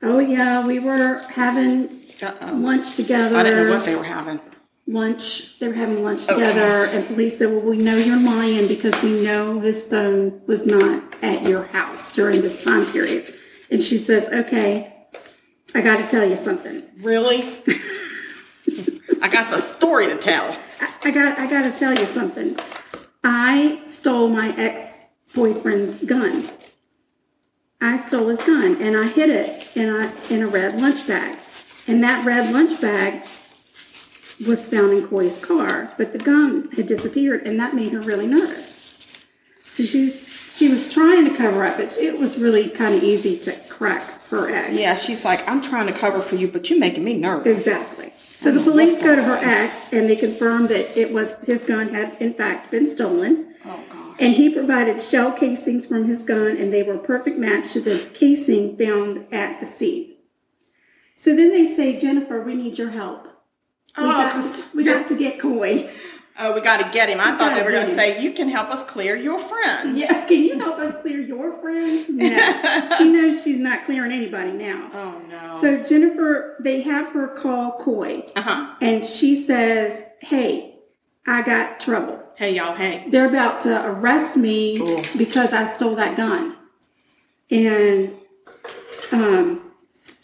Speaker 3: oh yeah, we were having
Speaker 2: Uh-oh.
Speaker 3: lunch together
Speaker 2: I didn't know what they were having.
Speaker 3: lunch. They were having lunch together, and police said, "Well, we know you're lying because we know his phone was not at your house during this time period." And she says, "Okay, I got to tell you something.
Speaker 2: Really? [LAUGHS] I got a story to tell.
Speaker 3: I, I got I got to tell you something. I stole my ex boyfriend's gun. I stole his gun, and I hid it in a in a red lunch bag. And that red lunch bag was found in Coy's car, but the gun had disappeared, and that made her really nervous. So she's she was trying to cover up, but it was really kind of easy to crack her egg.
Speaker 2: Yeah, she's like, I'm trying to cover for you, but you're making me nervous.
Speaker 3: Exactly. So the police go to her ex and they confirm that it was his gun had in fact been stolen.
Speaker 2: Oh, God.
Speaker 3: And he provided shell casings from his gun and they were a perfect match to the casing found at the scene. So then they say, Jennifer, we need your help. We,
Speaker 2: Oh,
Speaker 3: got,
Speaker 2: 'cause-
Speaker 3: we got to get
Speaker 2: [LAUGHS]
Speaker 3: Coy.
Speaker 2: Oh, we got to get him. I thought they were going
Speaker 3: gotta
Speaker 2: to
Speaker 3: get
Speaker 2: say, You can help us clear your friends.
Speaker 3: Yes, can you help us clear your friend?
Speaker 2: [LAUGHS]
Speaker 3: No. she knows she's not clearing anybody now.
Speaker 2: Oh, no.
Speaker 3: So Jennifer, they have her call Coy
Speaker 2: uh huh.
Speaker 3: and she says, Hey, I got trouble.
Speaker 2: Hey, y'all, hey.
Speaker 3: they're about to arrest me
Speaker 2: Cool.
Speaker 3: because I stole that gun. And um,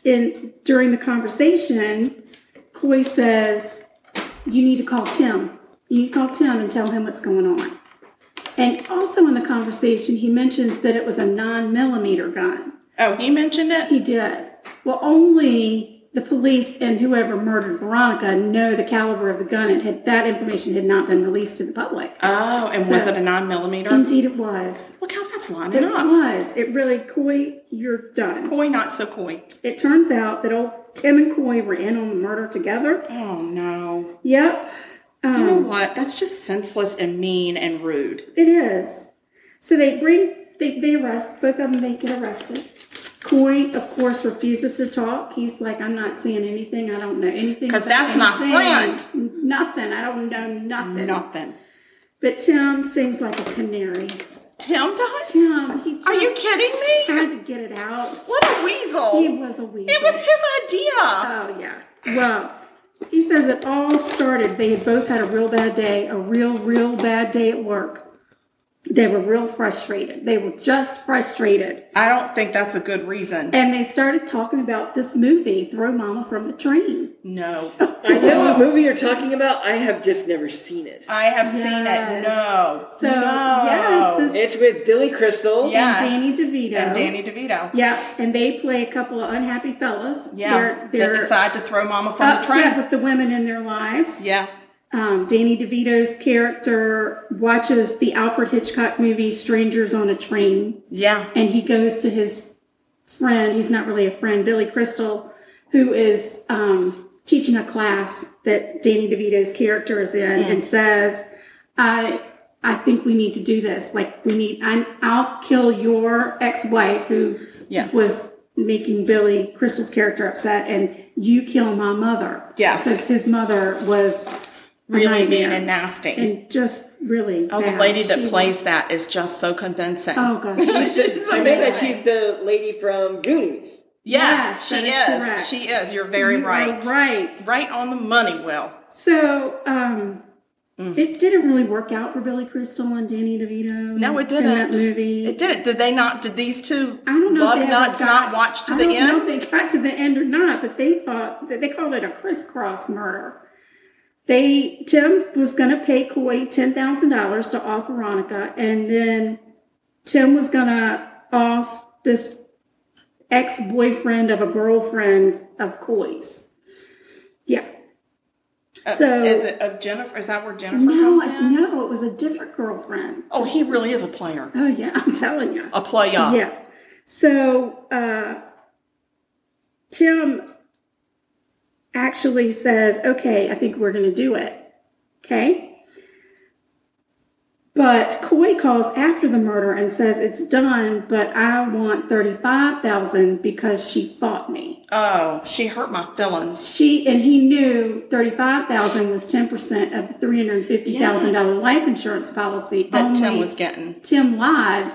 Speaker 3: in during the conversation, Coy says, "You need to call Tim. You need to call Tim and tell him what's going on." And also in the conversation, he mentions that it was a nine millimeter gun.
Speaker 2: Oh, he mentioned it?
Speaker 3: He did. Well, only the police and whoever murdered Veronica know the caliber of the gun, and had, that information had not been released to the public.
Speaker 2: Oh, and was
Speaker 3: So-
Speaker 2: it a 9 millimeter?
Speaker 3: Indeed, it was.
Speaker 2: Look how that's
Speaker 3: It
Speaker 2: lining up.
Speaker 3: was. It really, Coy, you're done.
Speaker 2: Coy, not so coy.
Speaker 3: It turns out that old Tim and Coy were in on the murder together.
Speaker 2: Oh, no.
Speaker 3: Yep. Um,
Speaker 2: You know what? That's just senseless and mean and rude.
Speaker 3: It is. So they bring, they, they arrest, both of them, they get arrested. Coy, of course, refuses to talk. He's like, I'm not seeing anything. I don't know anything.
Speaker 2: 'Cause
Speaker 3: about
Speaker 2: that's my
Speaker 3: anything. Nothing. I don't know nothing.
Speaker 2: Nothing.
Speaker 3: But Tim sings like a canary.
Speaker 2: Tim does?
Speaker 3: Tim, he just
Speaker 2: Are you kidding me?
Speaker 3: had to get it out.
Speaker 2: What a weasel.
Speaker 3: He was a weasel.
Speaker 2: It was his idea.
Speaker 3: Oh yeah. Well, he says it all started. They had both had a real bad day, a real, real bad day at work. They were real frustrated. They were just frustrated.
Speaker 2: I don't think that's a good reason.
Speaker 3: And they started talking about this movie, Throw Mama from the Train.
Speaker 2: No.
Speaker 4: I know what movie you're talking about. I have just never seen it.
Speaker 2: I have seen
Speaker 3: Yes.
Speaker 2: it. No.
Speaker 3: So,
Speaker 2: no.
Speaker 3: yes, this-
Speaker 4: It's with Billy Crystal.
Speaker 2: Yes.
Speaker 3: Danny DeVito.
Speaker 2: And Danny DeVito.
Speaker 3: Yeah, and they play a couple of unhappy fellas.
Speaker 2: Yeah.
Speaker 3: they're,
Speaker 2: They
Speaker 3: they're
Speaker 2: decide to throw mama from the
Speaker 3: upset
Speaker 2: train.
Speaker 3: with the women in their lives.
Speaker 2: Yeah.
Speaker 3: Um, Danny DeVito's character watches the Alfred Hitchcock movie Strangers on a Train,
Speaker 2: Yeah.
Speaker 3: and he goes to his friend, he's not really a friend, Billy Crystal, who is um, teaching a class that Danny DeVito's character is in, and says, I. I think we need to do this. Like we need, I'm, I'll kill your ex-wife who
Speaker 2: Yeah.
Speaker 3: was making Billy Crystal's character upset, and you kill my mother.
Speaker 2: Yes.
Speaker 3: because his mother was a
Speaker 2: Really mean
Speaker 3: nightmare
Speaker 2: and nasty.
Speaker 3: and just really.
Speaker 2: oh, the
Speaker 3: bad.
Speaker 2: lady that
Speaker 3: She-
Speaker 2: plays that is just so convincing.
Speaker 3: Oh
Speaker 2: [LAUGHS]
Speaker 3: gosh,
Speaker 4: She's just- I know that she's the lady from Goonies.
Speaker 3: Yes,
Speaker 2: yes, she
Speaker 3: that is
Speaker 2: is.
Speaker 3: correct.
Speaker 2: She is. You're very
Speaker 3: You are
Speaker 2: right.
Speaker 3: right.
Speaker 2: Right on the money, Will.
Speaker 3: So, um,
Speaker 2: Mm.
Speaker 3: it didn't really work out for Billy Crystal and Danny DeVito.
Speaker 2: No, it
Speaker 3: Mm, In that
Speaker 2: didn't.
Speaker 3: movie,
Speaker 2: It didn't. Did they not? Did these two
Speaker 3: I don't know. if
Speaker 2: love
Speaker 3: they ever
Speaker 2: nuts
Speaker 3: got-
Speaker 2: not watch to
Speaker 3: I
Speaker 2: the
Speaker 3: don't
Speaker 2: end?
Speaker 3: Know if they got to the end or not, but they thought that they called it a crisscross murder. They Tim was going to pay Coy ten thousand dollars to off Veronica, and then Tim was going to off this ex boyfriend of a girlfriend of Coy's. Yeah.
Speaker 2: Uh,
Speaker 3: So-
Speaker 2: is it of Jennifer? Is that where Jennifer
Speaker 3: No,
Speaker 2: comes in?
Speaker 3: no, it was a different girlfriend.
Speaker 2: Oh, he really is a player.
Speaker 3: Oh yeah, [LAUGHS] I'm telling you.
Speaker 2: A player.
Speaker 3: Yeah. So uh, Tim actually says, okay, I think we're going to do it. Okay. But Coy calls after the murder and says it's done, but I want 35,000 because she fought me.
Speaker 2: Oh, she hurt my feelings.
Speaker 3: She and he knew 35,000 was 10% of the $350,000 life insurance policy
Speaker 2: That Tim
Speaker 3: only
Speaker 2: was getting.
Speaker 3: Tim lied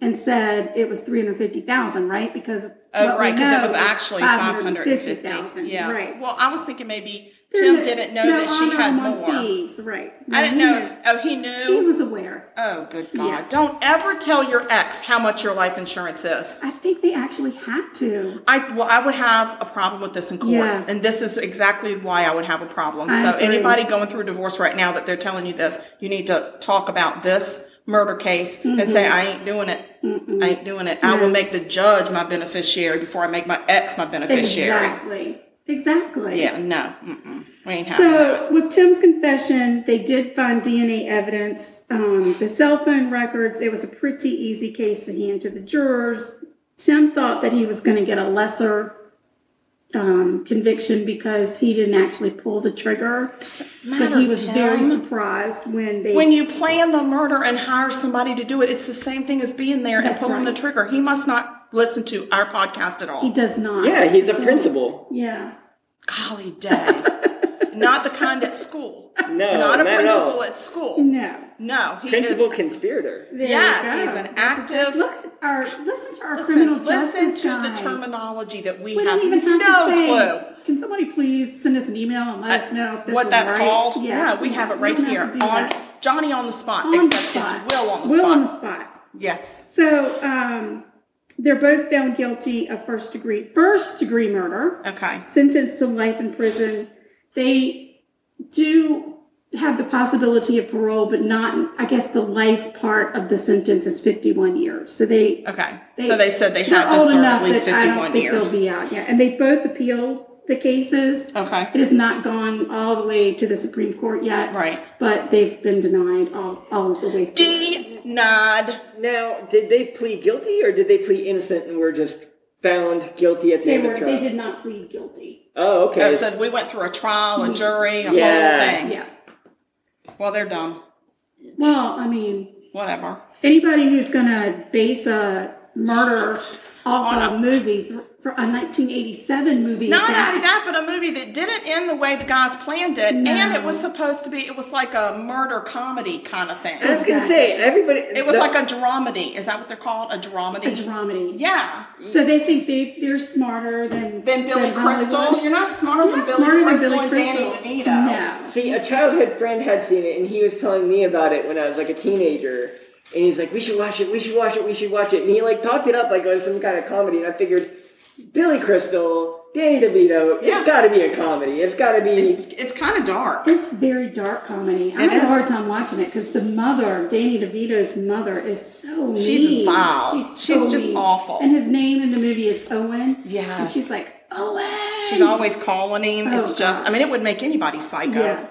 Speaker 3: and said it was three hundred fifty thousand, right? Because
Speaker 2: Oh,
Speaker 3: what we
Speaker 2: right, because it
Speaker 3: know
Speaker 2: was
Speaker 3: is
Speaker 2: actually five hundred and fifty.
Speaker 3: $550,000,
Speaker 2: Yeah.
Speaker 3: right.
Speaker 2: Well, I was thinking maybe Tim didn't know that she
Speaker 3: honor
Speaker 2: had
Speaker 3: among
Speaker 2: more.
Speaker 3: Thieves, right?
Speaker 2: I didn't
Speaker 3: No, he
Speaker 2: know. If, oh, he
Speaker 3: He
Speaker 2: knew.
Speaker 3: was aware.
Speaker 2: oh, good God!
Speaker 3: Yeah.
Speaker 2: Don't ever tell your ex how much your life insurance is.
Speaker 3: I think they actually had to.
Speaker 2: I well, I would have a problem with this in court,
Speaker 3: Yeah.
Speaker 2: and this is exactly why I would have a problem.
Speaker 3: I
Speaker 2: so
Speaker 3: agree.
Speaker 2: anybody going through a divorce right now that they're telling you this, you need to talk about this murder case and
Speaker 3: Mm-hmm.
Speaker 2: say, "I ain't doing it. I ain't doing it. I will make the judge my beneficiary before I make my ex my beneficiary."
Speaker 3: Exactly. Exactly.
Speaker 2: Yeah, no, mm-mm. we ain't having that.
Speaker 3: So, with Tim's confession, they did find DNA evidence, um, the cell phone records. It was a pretty easy case to hand to the jurors. Tim thought that he was going to get a lesser um, conviction because he didn't actually pull the trigger. But he
Speaker 2: matter,
Speaker 3: was very
Speaker 2: Tim.
Speaker 3: surprised when they.
Speaker 2: When you plan the murder and hire somebody to do it, it's the same thing as being there and
Speaker 3: That's
Speaker 2: pulling the
Speaker 3: right.
Speaker 2: trigger. He must not listen to our podcast at all.
Speaker 3: he does not.
Speaker 4: Yeah, he's a principal.
Speaker 3: Yeah.
Speaker 2: Golly
Speaker 3: [LAUGHS]
Speaker 2: day. not the kind at school.
Speaker 4: Oh, No,
Speaker 2: not a
Speaker 4: not at
Speaker 2: principal
Speaker 4: all.
Speaker 2: at school.
Speaker 3: No.
Speaker 2: No, he
Speaker 4: Principal
Speaker 2: is.
Speaker 4: conspirator.
Speaker 3: There you
Speaker 2: Yes,
Speaker 3: go.
Speaker 2: he's an
Speaker 3: That's a good-
Speaker 2: active-
Speaker 3: Look, at our, listen to our
Speaker 2: Listen,
Speaker 3: criminal
Speaker 2: listen
Speaker 3: justice
Speaker 2: to the
Speaker 3: guy.
Speaker 2: terminology that we,
Speaker 3: We
Speaker 2: have,
Speaker 3: don't even have
Speaker 2: no
Speaker 3: to say.
Speaker 2: clue Uh,
Speaker 3: Can somebody please send us an email and let us know if this
Speaker 2: what
Speaker 3: is
Speaker 2: that's
Speaker 3: right?
Speaker 2: called. Yeah, we have it right
Speaker 3: don't
Speaker 2: here
Speaker 3: to do
Speaker 2: on
Speaker 3: that.
Speaker 2: Johnny on the spot,
Speaker 3: On the
Speaker 2: except
Speaker 3: spot.
Speaker 2: it's Will on the
Speaker 3: Will
Speaker 2: spot.
Speaker 3: on the spot.
Speaker 2: yes.
Speaker 3: So um, they're both found guilty of first degree first degree murder,
Speaker 2: Okay.
Speaker 3: sentenced to life in prison. They do have the possibility of parole, but not. I guess the life part of the sentence is fifty one years. So they
Speaker 2: Okay.
Speaker 3: They-
Speaker 2: so they said they
Speaker 3: they're
Speaker 2: had to
Speaker 3: old
Speaker 2: serve
Speaker 3: enough
Speaker 2: at least
Speaker 3: that I don't
Speaker 2: 51
Speaker 3: think
Speaker 2: years.
Speaker 3: they'll be out. Yeah, and they both appealed the cases.
Speaker 2: okay.
Speaker 3: It has not gone all the way to the Supreme Court yet.
Speaker 2: Right.
Speaker 3: But they've been denied all, all of the way. through.
Speaker 2: D nod.
Speaker 4: Now, did they plead guilty or did they plead innocent and were just found guilty at the
Speaker 3: They
Speaker 4: end
Speaker 3: were.
Speaker 4: of trial?
Speaker 3: They did not plead guilty.
Speaker 4: Oh, okay.
Speaker 2: Oh, so we went through a trial, a jury, a
Speaker 4: Yeah.
Speaker 2: whole thing.
Speaker 3: Mm-hmm. Yeah.
Speaker 2: Well, they're dumb.
Speaker 3: Well, I mean,
Speaker 2: Whatever.
Speaker 3: anybody who's going to base a murder off a movie, for a 1987 movie,
Speaker 2: Not
Speaker 3: that,
Speaker 2: only that, but a movie that didn't end the way the guys planned it, and it was supposed to be, it was like a murder comedy kind of thing.
Speaker 4: I was going to say, everybody.
Speaker 2: It was like a dramedy. Is that what they're called? A dramedy?
Speaker 3: a dramedy.
Speaker 2: yeah.
Speaker 3: So they think they they're smarter than
Speaker 2: Then Billy
Speaker 3: than
Speaker 2: Crystal.
Speaker 3: Hollywood.
Speaker 2: You're not smarter than
Speaker 3: Not
Speaker 2: Billy
Speaker 3: smarter
Speaker 2: Crystal
Speaker 3: than
Speaker 2: and
Speaker 3: Billy
Speaker 2: Danny
Speaker 3: Crystal.
Speaker 2: DeVito.
Speaker 3: No.
Speaker 4: See, a childhood friend had seen it and he was telling me about it when I was like a teenager. and he's like, "We should watch it. We should watch it. We should watch it." And he like talked it up like it was some kind of comedy. And I figured, Billy Crystal, Danny DeVito,
Speaker 2: Yeah.
Speaker 4: it's got to be a comedy. It's got to be.
Speaker 2: It's it's kind of dark.
Speaker 3: It's very dark comedy. I
Speaker 2: It
Speaker 3: had a hard
Speaker 2: is.
Speaker 3: time watching it because the mother, Danny DeVito's mother, is so
Speaker 2: She's
Speaker 3: mean.
Speaker 2: vile. She's just awful.
Speaker 3: And his name in the movie is Owen. And
Speaker 2: Yes.
Speaker 3: she's like Owen.
Speaker 2: She's always calling him.
Speaker 3: Oh,
Speaker 2: it's just, I mean, it would make anybody psycho.
Speaker 3: yeah.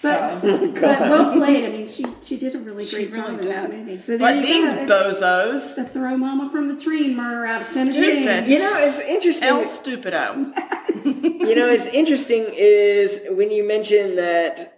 Speaker 3: But, but
Speaker 4: God.
Speaker 3: well played. I mean, she she did a really
Speaker 2: She
Speaker 3: great
Speaker 2: really
Speaker 3: job in that
Speaker 2: did.
Speaker 3: movie. So there
Speaker 2: But
Speaker 3: you
Speaker 2: these
Speaker 3: go. It's
Speaker 2: bozos,
Speaker 3: the throw mama from the tree murder out of Tennessee.
Speaker 2: stupid.
Speaker 4: you know, it's interesting.
Speaker 2: El [LAUGHS] Stupido.
Speaker 4: you know, it's interesting is when you mentioned that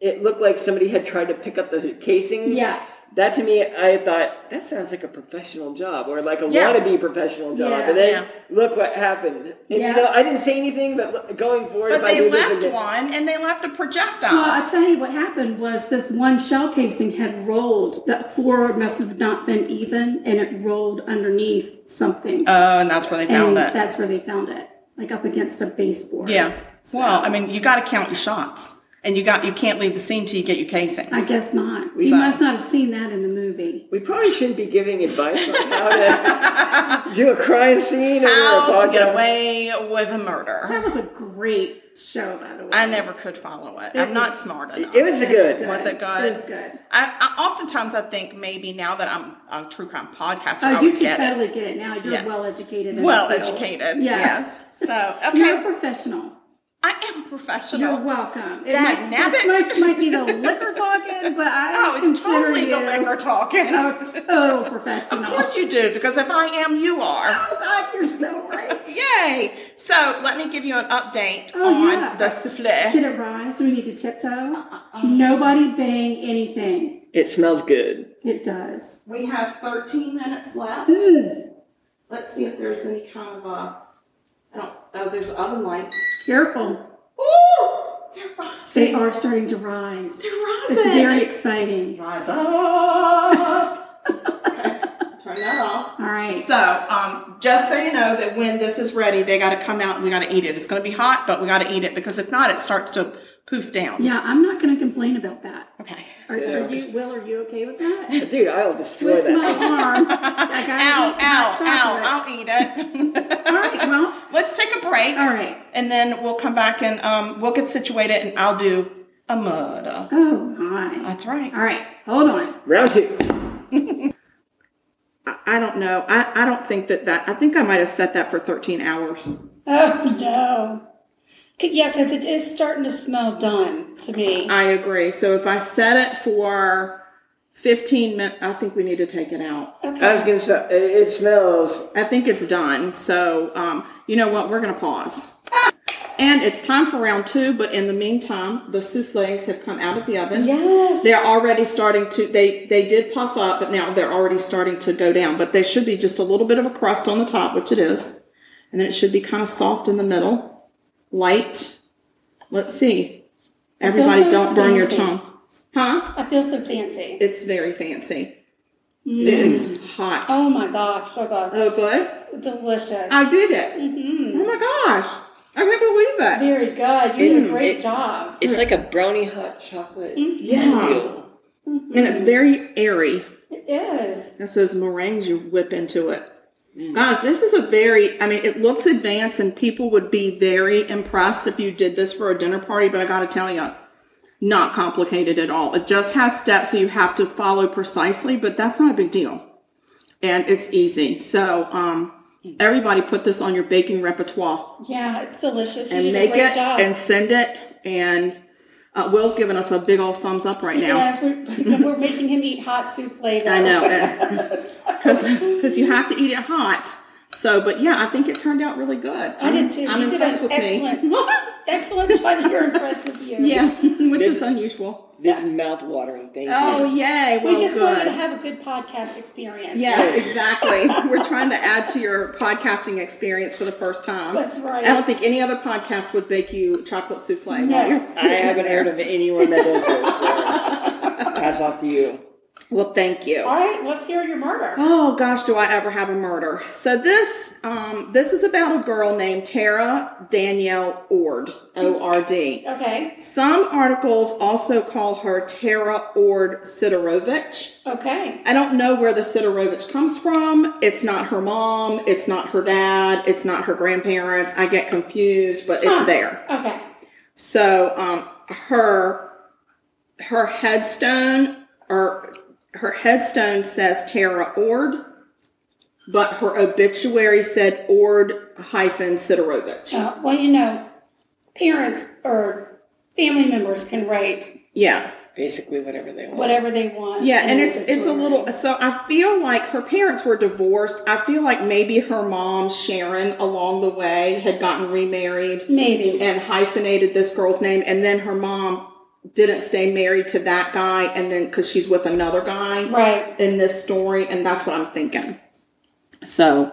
Speaker 4: it looked like somebody had tried to pick up the casings.
Speaker 3: Yeah.
Speaker 4: That to me, I thought that sounds like a professional job or like a
Speaker 2: Yeah.
Speaker 4: wannabe professional job.
Speaker 3: Yeah.
Speaker 4: and then
Speaker 2: Yeah.
Speaker 4: look what happened. And
Speaker 3: Yeah.
Speaker 4: you know, I didn't say anything, but look, going forward,
Speaker 2: But
Speaker 4: if I
Speaker 2: they
Speaker 4: do this
Speaker 2: left
Speaker 4: again-
Speaker 2: one and they left the projectile.
Speaker 3: Well, I tell you what happened was this one shell casing had rolled. That floor must have not been even, and it rolled underneath something.
Speaker 2: oh, and that's where they
Speaker 3: and
Speaker 2: found it.
Speaker 3: that's where they found it, like up against a baseboard.
Speaker 2: Yeah. Well, I mean, you got to count your shots, and you got you can't leave the scene till you get your casings.
Speaker 3: I guess not. You
Speaker 2: So-
Speaker 3: must not have seen that in the movie.
Speaker 4: We probably shouldn't be giving advice on how
Speaker 2: [LAUGHS]
Speaker 4: to do a crime scene or a
Speaker 2: How to get
Speaker 4: podcast.
Speaker 2: away with a murder.
Speaker 3: That was a great show, by the way.
Speaker 2: I never could follow it. I'm not smart enough.
Speaker 4: It was a good.
Speaker 2: Was it good?
Speaker 3: It was good.
Speaker 2: I, I oftentimes I think maybe now that I'm a true crime podcaster, I
Speaker 3: Oh,
Speaker 2: would
Speaker 3: you can
Speaker 2: get
Speaker 3: totally get it now. You're
Speaker 2: Yeah.
Speaker 3: well educated.
Speaker 2: it. Well educated. Yes. So
Speaker 3: [LAUGHS] You're a
Speaker 2: okay,
Speaker 3: professional.
Speaker 2: I am professional.
Speaker 3: You're welcome. It
Speaker 2: Dad
Speaker 3: might, this
Speaker 2: nabbit.
Speaker 3: most might be
Speaker 2: [LAUGHS]
Speaker 3: the liquor talking, but I
Speaker 2: oh, it's
Speaker 3: consider
Speaker 2: totally
Speaker 3: you Oh,
Speaker 2: the liquor talking.
Speaker 3: a total
Speaker 2: Of
Speaker 3: professional.
Speaker 2: course you do, because if I am, you are.
Speaker 3: Oh God, you're so right.
Speaker 2: Yay! So let me give you an update
Speaker 3: Oh,
Speaker 2: on
Speaker 3: yeah.
Speaker 2: the souffle.
Speaker 3: Did it rise? Do we need to tiptoe? Nobody bang anything.
Speaker 4: It smells good.
Speaker 3: It does.
Speaker 2: We have 13 minutes left. Hmm.
Speaker 3: Ooh,
Speaker 2: Let's see if there's any kind of a. I don't. Oh, there's other light.
Speaker 3: careful.
Speaker 2: Ooh! They're rising.
Speaker 3: They are starting to rise.
Speaker 2: They're rising.
Speaker 3: It's very exciting.
Speaker 2: Rise up. okay. Turn that off.
Speaker 3: All right.
Speaker 2: So, um, just so you know that when this is ready, they got to come out and we got to eat it. It's going to be hot, but we got to eat it because if not, it starts to poof down.
Speaker 3: Yeah, I'm not going to complain about that.
Speaker 2: Okay.
Speaker 3: Are,
Speaker 4: Yeah.
Speaker 3: are you, Will, are you okay with
Speaker 2: [LAUGHS]
Speaker 3: that?
Speaker 4: Dude, I'll destroy
Speaker 3: Twist
Speaker 4: that.
Speaker 3: my arm. I gotta
Speaker 2: ow,
Speaker 3: eat
Speaker 2: ow,
Speaker 3: hot
Speaker 2: ow.
Speaker 3: chocolate.
Speaker 2: I'll eat
Speaker 3: [LAUGHS]
Speaker 2: it.
Speaker 3: All right, well,
Speaker 2: Let's take a break
Speaker 3: all right.
Speaker 2: and then we'll come back and um, we'll get situated and I'll do a murder.
Speaker 3: Oh, my.
Speaker 2: That's right.
Speaker 3: All right, hold on.
Speaker 4: Round two.
Speaker 2: I, I don't know. I, I don't think that that, I think I might have set that for 13 hours.
Speaker 3: Oh, no. C- Yeah, because it is starting to smell done to me.
Speaker 2: I agree. So if I set it for 15 minutes, I think we need to take it out.
Speaker 4: I was gonna say it it smells.
Speaker 2: I think it's done. So um, you know what? We're going to pause. And it's time for round two, but in the meantime, the souffles have come out of the oven.
Speaker 3: Yes.
Speaker 2: they're already starting to they they did puff up but now they're already starting to go down but they should be just a little bit of a crust on the top which it is and then it should be kind of soft in the middle light let's see everybody
Speaker 3: so
Speaker 2: don't burn your
Speaker 3: fancy.
Speaker 2: tongue huh
Speaker 3: I feel so fancy.
Speaker 2: it's very fancy
Speaker 3: Mm.
Speaker 2: it is hot oh,
Speaker 6: Oh my gosh, oh god,
Speaker 2: good
Speaker 6: delicious.
Speaker 2: i did it
Speaker 3: Mm-hmm.
Speaker 6: hmm
Speaker 2: oh my gosh i can't believe it
Speaker 6: Very good. You did
Speaker 2: Mm,
Speaker 6: a great
Speaker 4: it-
Speaker 6: job.
Speaker 4: It's like a brownie hot chocolate.
Speaker 2: yeah and it's very airy
Speaker 6: It is.
Speaker 2: That's those meringues you whip into it.
Speaker 6: Mm.
Speaker 2: Guys, this is a very, I mean, it looks advanced and people would be very impressed if you did this for a dinner party, but I gotta tell you, not complicated at all. It just has steps that you have to follow precisely, but that's not a big deal. And it's easy. So, um, everybody put this on your baking repertoire
Speaker 6: Yeah, it's delicious. You
Speaker 2: and
Speaker 6: did a
Speaker 2: make
Speaker 6: great
Speaker 2: it
Speaker 6: job.
Speaker 2: and send it. And uh, Will's giving us a big old thumbs up right now.
Speaker 6: Yes, we're, [LAUGHS] we're making him eat hot souffle. Though.
Speaker 2: I
Speaker 6: [LAUGHS]
Speaker 2: know. Because you have to eat it hot. So, but yeah, I think it turned out really good.
Speaker 6: I did too.
Speaker 2: I'm
Speaker 6: you did an
Speaker 2: impressed with
Speaker 6: excellent,
Speaker 2: me.
Speaker 6: excellent job. You're impressed with you.
Speaker 2: [LAUGHS] yeah, [LAUGHS] which
Speaker 4: This-
Speaker 2: is unusual.
Speaker 4: This mouth watering thing.
Speaker 2: Oh, yay.
Speaker 6: We
Speaker 2: Well,
Speaker 6: just
Speaker 2: good.
Speaker 6: want you to have a good podcast experience.
Speaker 2: Yes, exactly.
Speaker 6: [LAUGHS]
Speaker 2: We're trying to add to your podcasting experience for the first time.
Speaker 6: That's
Speaker 2: I
Speaker 6: right.
Speaker 2: don't think any other podcast would bake you chocolate souffle.
Speaker 6: No.
Speaker 2: while you're [LAUGHS]
Speaker 4: I
Speaker 2: sitting
Speaker 4: haven't
Speaker 2: there. [LAUGHS]
Speaker 4: heard of anyone that does this. So. Pass off to you.
Speaker 2: Well, thank you.
Speaker 6: All right, let's hear your murder.
Speaker 2: Oh gosh, do I ever have a murder? So this um, this is about a girl named Tara Danielle Ord O R D.
Speaker 6: Okay,
Speaker 2: Some articles also call her Tara Ord Sidorovich.
Speaker 6: okay,
Speaker 2: I don't know where the Sidorovich comes from. It's not her mom. It's not her dad. It's not her grandparents. I get confused, but
Speaker 6: Huh.
Speaker 2: it's there.
Speaker 6: okay.
Speaker 2: So um, her her headstone or her headstone says Tara Ord, but her obituary said Ord hyphen Sidorovich.
Speaker 6: Uh, well, you know, parents or family members can write
Speaker 2: Yeah.
Speaker 4: Basically, whatever they want.
Speaker 6: whatever they want.
Speaker 2: Yeah,
Speaker 6: in
Speaker 2: and
Speaker 6: an
Speaker 2: it's it's a
Speaker 6: obituary.
Speaker 2: little so I feel like her parents were divorced. I feel like maybe her mom Sharon along the way had gotten remarried
Speaker 6: maybe.
Speaker 2: and hyphenated this girl's name and then her mom didn't stay married to that guy and then cuz she's with another guy
Speaker 6: Right.
Speaker 2: in this story and that's what I'm thinking. So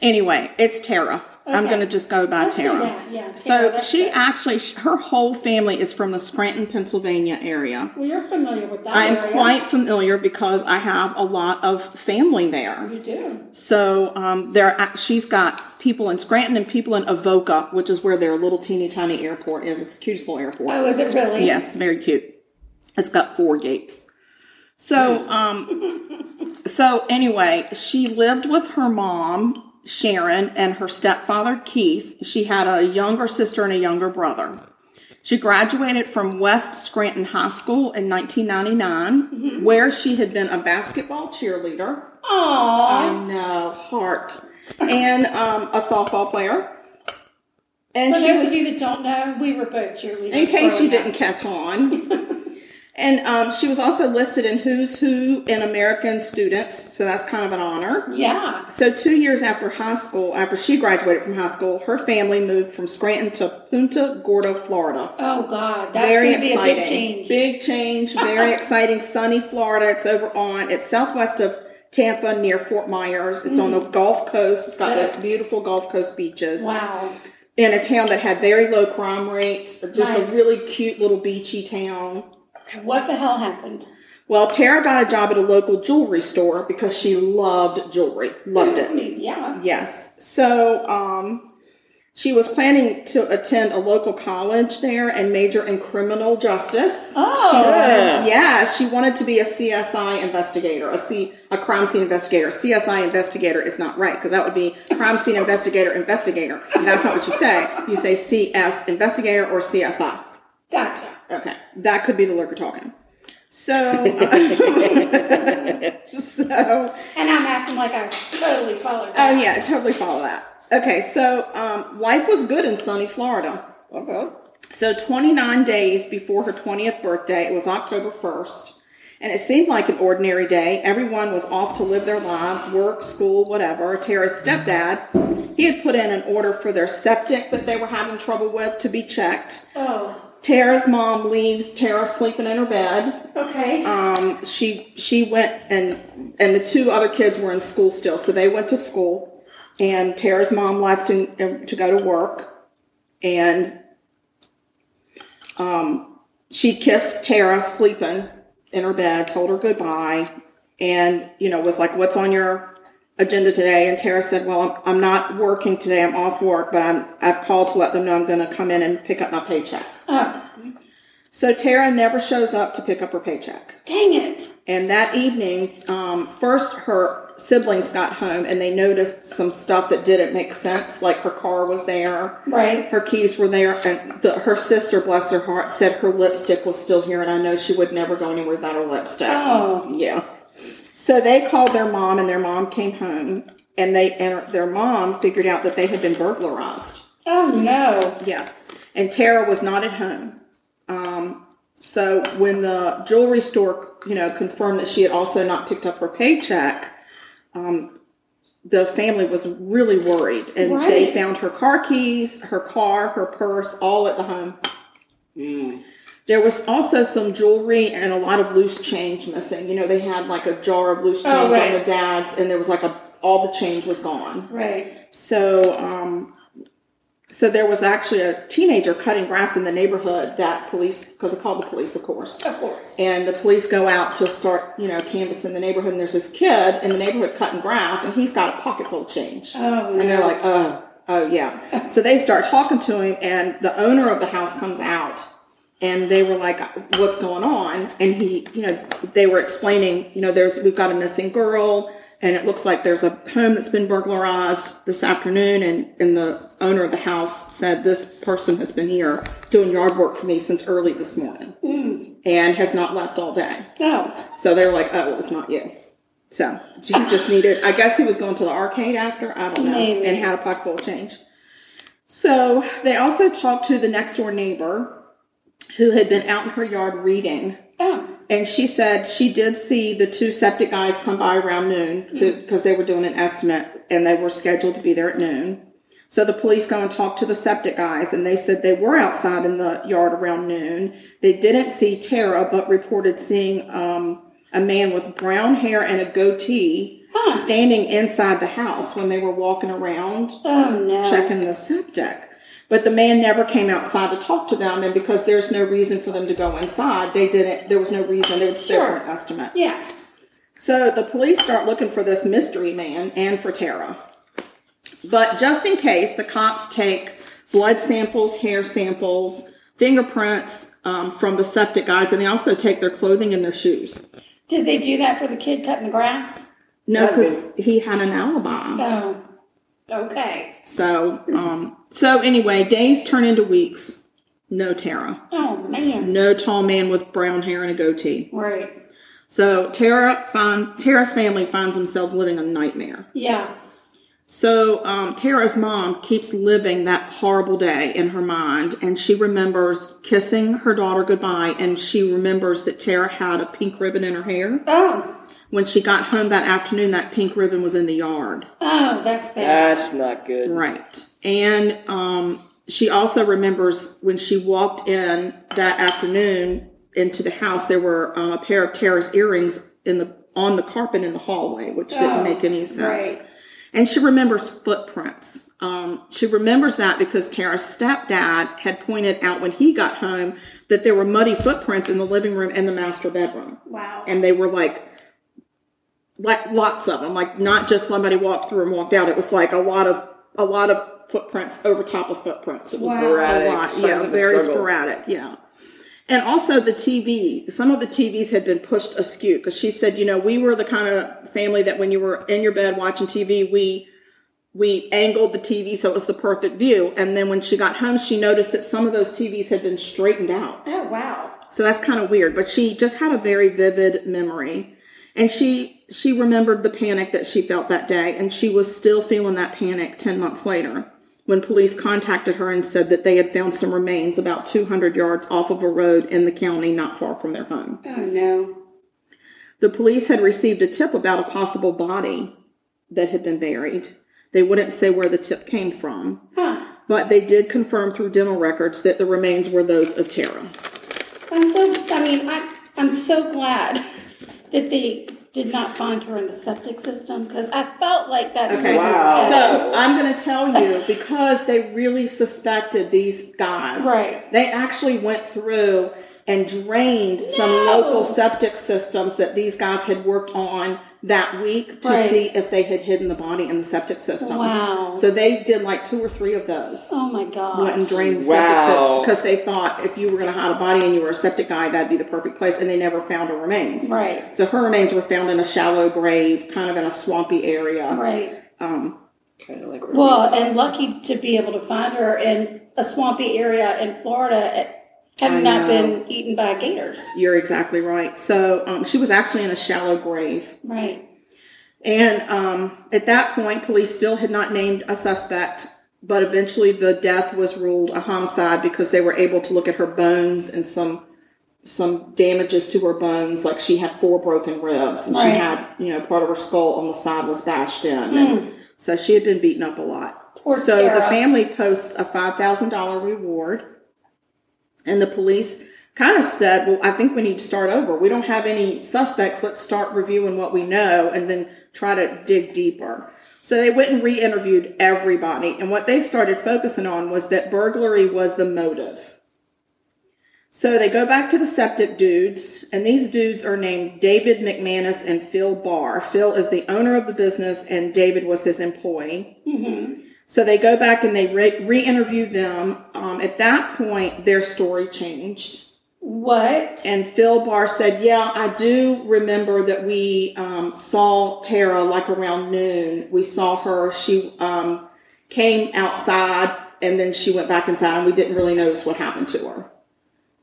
Speaker 2: anyway, it's Tara. I'm
Speaker 6: Okay.
Speaker 2: going to just go by
Speaker 6: Let's do
Speaker 2: Tara.
Speaker 6: that, yeah. Tara,
Speaker 2: So
Speaker 6: that's
Speaker 2: she
Speaker 6: good.
Speaker 2: actually sh- her whole family is from the Scranton, Pennsylvania area.
Speaker 6: Well, you're familiar with that
Speaker 2: I am
Speaker 6: area.
Speaker 2: quite familiar because I have a lot of family there.
Speaker 6: You do.
Speaker 2: So um, there, are- she's got people in Scranton and people in Avoca, which is where their little teeny tiny airport is. It's the cutest little airport.
Speaker 6: Oh, is it really?
Speaker 2: Yes, very cute. It's got four gates. So, um,
Speaker 6: [LAUGHS]
Speaker 2: so anyway, she lived with her mom Sharon and her stepfather Keith. She had a younger sister and a younger brother. She graduated from West Scranton High School in 1999,
Speaker 6: Mm-hmm.
Speaker 2: where she had been a basketball cheerleader.
Speaker 6: Aww.
Speaker 2: I know, heart, and um, a softball player. And
Speaker 6: For
Speaker 2: she
Speaker 6: those
Speaker 2: was
Speaker 6: of you that don't know, we were both cheerleaders.
Speaker 2: in case
Speaker 6: growing
Speaker 2: you didn't
Speaker 6: up.
Speaker 2: catch on.
Speaker 6: [LAUGHS]
Speaker 2: and um, she was also listed in Who's Who in American Students, so that's kind of an honor.
Speaker 6: Yeah.
Speaker 2: So, two years after high school, after she graduated from high school, her family moved from Scranton to Punta Gorda, Florida.
Speaker 6: Oh God, that's
Speaker 2: very
Speaker 6: going to be
Speaker 2: exciting.
Speaker 6: a big change.
Speaker 2: Big
Speaker 6: [LAUGHS]
Speaker 2: change, very exciting. Sunny Florida. It's over on, it's southwest of Tampa near Fort Myers. It's on the
Speaker 6: Mm.
Speaker 2: Gulf Coast. It's got those beautiful Gulf Coast beaches
Speaker 6: wow.
Speaker 2: in a town that had very low crime rates, just
Speaker 6: Nice.
Speaker 2: a really cute little beachy town.
Speaker 6: What the hell happened?
Speaker 2: Well, Tara got a job at a local jewelry store because she loved jewelry, loved
Speaker 6: I
Speaker 2: it.
Speaker 6: mean, yeah.
Speaker 2: Yes. So, um, she was planning to attend a local college there and major in criminal justice.
Speaker 6: Oh.
Speaker 4: Yeah.
Speaker 2: Yeah, she wanted to be a CSI investigator, a C, a crime scene investigator. CSI investigator is not right because that would be crime scene investigator investigator. And that's not what you say. You say CS investigator or CSI.
Speaker 6: Gotcha.
Speaker 2: Okay, that could be the lurker talking. So, [LAUGHS] uh, so
Speaker 6: And I'm acting like I totally followed.
Speaker 2: oh
Speaker 6: that.
Speaker 2: yeah, I totally follow that. Okay, so um, life was good in sunny Florida.
Speaker 4: Okay.
Speaker 2: So 29 days before her 20th birthday, it was October 1st, and it seemed like an ordinary day. Everyone was off to live their lives, work, school, whatever. Tara's stepdad, he had put in an order for their septic that they were having trouble with to be checked.
Speaker 6: Oh.
Speaker 2: Tara's mom leaves Tara sleeping in her bed.
Speaker 6: Okay.
Speaker 2: um, she she went and and the two other kids were in school still, so they went to school, and Tara's mom left in, in- to go to work, and um, she kissed Tara sleeping in her bed, told her goodbye, and you know was like, "What's on your agenda today?" And Tara said, "Well, I'm, I'm not working today. I'm off work, but I'm I've called to let them know I'm going to come in and pick up my paycheck."
Speaker 6: oh.
Speaker 2: So Tara never shows up to pick up her paycheck.
Speaker 6: Dang it.
Speaker 2: And that evening, um, first her siblings got home and they noticed some stuff that didn't make sense, like her car was there,
Speaker 6: Right.
Speaker 2: her keys were there, and the, her sister, bless her heart, said her lipstick was still here, and I know she would never go anywhere without her lipstick.
Speaker 6: Oh.
Speaker 2: Yeah. So they called their mom, and their mom came home, and they and their mom figured out that they had been burglarized.
Speaker 6: Oh no.
Speaker 2: Yeah. And Tara was not at home. Um, so when the jewelry store, you know, confirmed that she had also not picked up her paycheck, um, the family was really worried. And they
Speaker 6: Right.
Speaker 2: found her car keys, her car, her purse, all at the home. There was also some jewelry and a lot of loose change missing. You know, they had like a jar of loose change
Speaker 6: Oh, right.
Speaker 2: on the dad's, and there was like a all the change was gone.
Speaker 6: Right.
Speaker 2: So um, So there was actually a teenager cutting grass in the neighborhood that police, because I called the police, of course.
Speaker 6: Of course.
Speaker 2: And the police go out to start, you know, canvassing the neighborhood. And there's this kid in the neighborhood cutting grass, and he's got a pocket full of change.
Speaker 6: Oh,
Speaker 2: And they're
Speaker 6: no.
Speaker 2: like, oh, oh, yeah. So they start talking to him, and the owner of the house comes out, and they were like, what's going on? And he, you know, they were explaining, you know, there's, we've got a missing girl, and it looks like there's a home that's been burglarized this afternoon, and, and the owner of the house said, this person has been here doing yard work for me since early this morning and has not left all day.
Speaker 6: No.
Speaker 2: So they were like, oh, well, it's not you. So she just needed, I guess he was going to the arcade after, I don't know,
Speaker 6: Maybe.
Speaker 2: and had a pocket full of change. So they also talked to the next door neighbor who had been out in her yard reading.
Speaker 6: Oh.
Speaker 2: And she said she did see the two septic guys come by around noon to because they were doing an estimate and they were scheduled to be there at noon. So the police go and talk to the septic guys, and they said they were outside in the yard around noon. They didn't see Tara, but reported seeing um, a man with brown hair and a goatee
Speaker 6: Huh.
Speaker 2: standing inside the house when they were walking around
Speaker 6: Oh, no.
Speaker 2: checking the septic. But the man never came outside to talk to them, and because there's no reason for them to go inside, they didn't. There was no reason they would stay for an estimate.
Speaker 6: Yeah.
Speaker 2: So the police start looking for this mystery man and for Tara. But just in case, the cops take blood samples, hair samples, fingerprints um, from the septic guys, and they also take their clothing and their shoes.
Speaker 6: Did they do that for the kid cutting the grass?
Speaker 2: No,
Speaker 4: That'd be-
Speaker 2: because he had an alibi.
Speaker 6: Oh. Okay.
Speaker 2: So, um, so anyway, days turn into weeks. No Tara.
Speaker 6: Oh, man.
Speaker 2: no tall man with brown hair and a goatee.
Speaker 6: Right.
Speaker 2: So Tara find, Tara's family finds themselves living a nightmare.
Speaker 6: Yeah.
Speaker 2: So um, Tara's mom keeps living that horrible day in her mind, and she remembers kissing her daughter goodbye, and she remembers that Tara had a pink ribbon in her hair.
Speaker 6: Oh.
Speaker 2: When she got home that afternoon, that pink ribbon was in the yard.
Speaker 6: Oh, that's bad.
Speaker 4: That's not good.
Speaker 2: Right. And um, she also remembers when she walked in that afternoon into the house, there were uh, a pair of Tara's earrings in the on the carpet in the hallway, which
Speaker 6: Oh,
Speaker 2: didn't make any sense.
Speaker 6: right.
Speaker 2: And she remembers footprints. Um, she remembers that because Tara's stepdad had pointed out when he got home that there were muddy footprints in the living room and the master bedroom
Speaker 6: Wow.
Speaker 2: and they were like like lots of them like not just somebody walked through and walked out it was like a lot of a lot of footprints over top of footprints it was
Speaker 6: Wow.
Speaker 2: a
Speaker 4: Sporadic
Speaker 2: lot
Speaker 4: signs
Speaker 2: yeah
Speaker 4: of a
Speaker 2: very
Speaker 4: struggle.
Speaker 2: sporadic yeah and also the tv some of the tvs had been pushed askew because she said you know we were the kind of family that when you were in your bed watching tv we we angled the tv so it was the perfect view and then when she got home she noticed that some of those tvs had been straightened out
Speaker 6: Oh, wow.
Speaker 2: so that's kind of weird, but she just had a very vivid memory. And she she remembered the panic that she felt that day and she was still feeling that panic 10 months later when police contacted her and said that they had found some remains about 200 yards off of a road in the county not far from their home.
Speaker 6: Oh, no.
Speaker 2: The police had received a tip about a possible body that had been buried. They wouldn't say where the tip came from,
Speaker 6: Huh.
Speaker 2: but they did confirm through dental records that the remains were those of Tara.
Speaker 6: I'm so, I mean, I, I'm so glad that they did not find her in the septic system because I felt like that's
Speaker 2: Okay.
Speaker 6: what we were
Speaker 4: Wow.
Speaker 2: So I'm going to tell you because they really suspected these guys.
Speaker 6: Right.
Speaker 2: They actually went through and drained some
Speaker 6: No.
Speaker 2: local septic systems that these guys had worked on that week to
Speaker 6: Right.
Speaker 2: see if they had hidden the body in the septic systems.
Speaker 6: Wow.
Speaker 2: So they did like two or three of those.
Speaker 6: Oh my god.
Speaker 2: Went and drained the
Speaker 4: Wow.
Speaker 2: septic system because they thought if you were going to hide a body and you were a septic guy, that'd be the perfect place. And they never found her remains.
Speaker 6: Right.
Speaker 2: So her remains were found in a shallow grave, kind of in a swampy area.
Speaker 6: Right.
Speaker 2: Um,
Speaker 4: Kind of like
Speaker 6: Well, and lucky to be able to find her in a swampy area in Florida, eh, having
Speaker 2: I
Speaker 6: not
Speaker 2: know.
Speaker 6: been eaten by gators.
Speaker 2: You're exactly right. So um, she was actually in a shallow grave.
Speaker 6: Right.
Speaker 2: And um, at that point, police still had not named a suspect, but eventually the death was ruled a homicide because they were able to look at her bones and some some damages to her bones like she had four broken ribs and she
Speaker 6: Right.
Speaker 2: had you know part of her skull on the side was bashed in and so she had been beaten up a lot
Speaker 6: Poor
Speaker 2: so the
Speaker 6: Tara.
Speaker 2: family posts a $5000 reward and the police kind of said, well, I think we need to start over. We don't have any suspects. Let's start reviewing what we know and then try to dig deeper. So they went and re interviewed everybody. And what they started focusing on was that burglary was the motive. So they go back to the septic dudes, and these dudes are named David McManus and Phil Barr. Phil is the owner of the business, and David was his employee. So they go back and they re interview them. Um, at that point, their story changed.
Speaker 6: What?
Speaker 2: And Phil Barr said, Yeah, I do remember that we um, saw Tara like around noon. We saw her. She um, came outside and then she went back inside, and we didn't really notice what happened to her.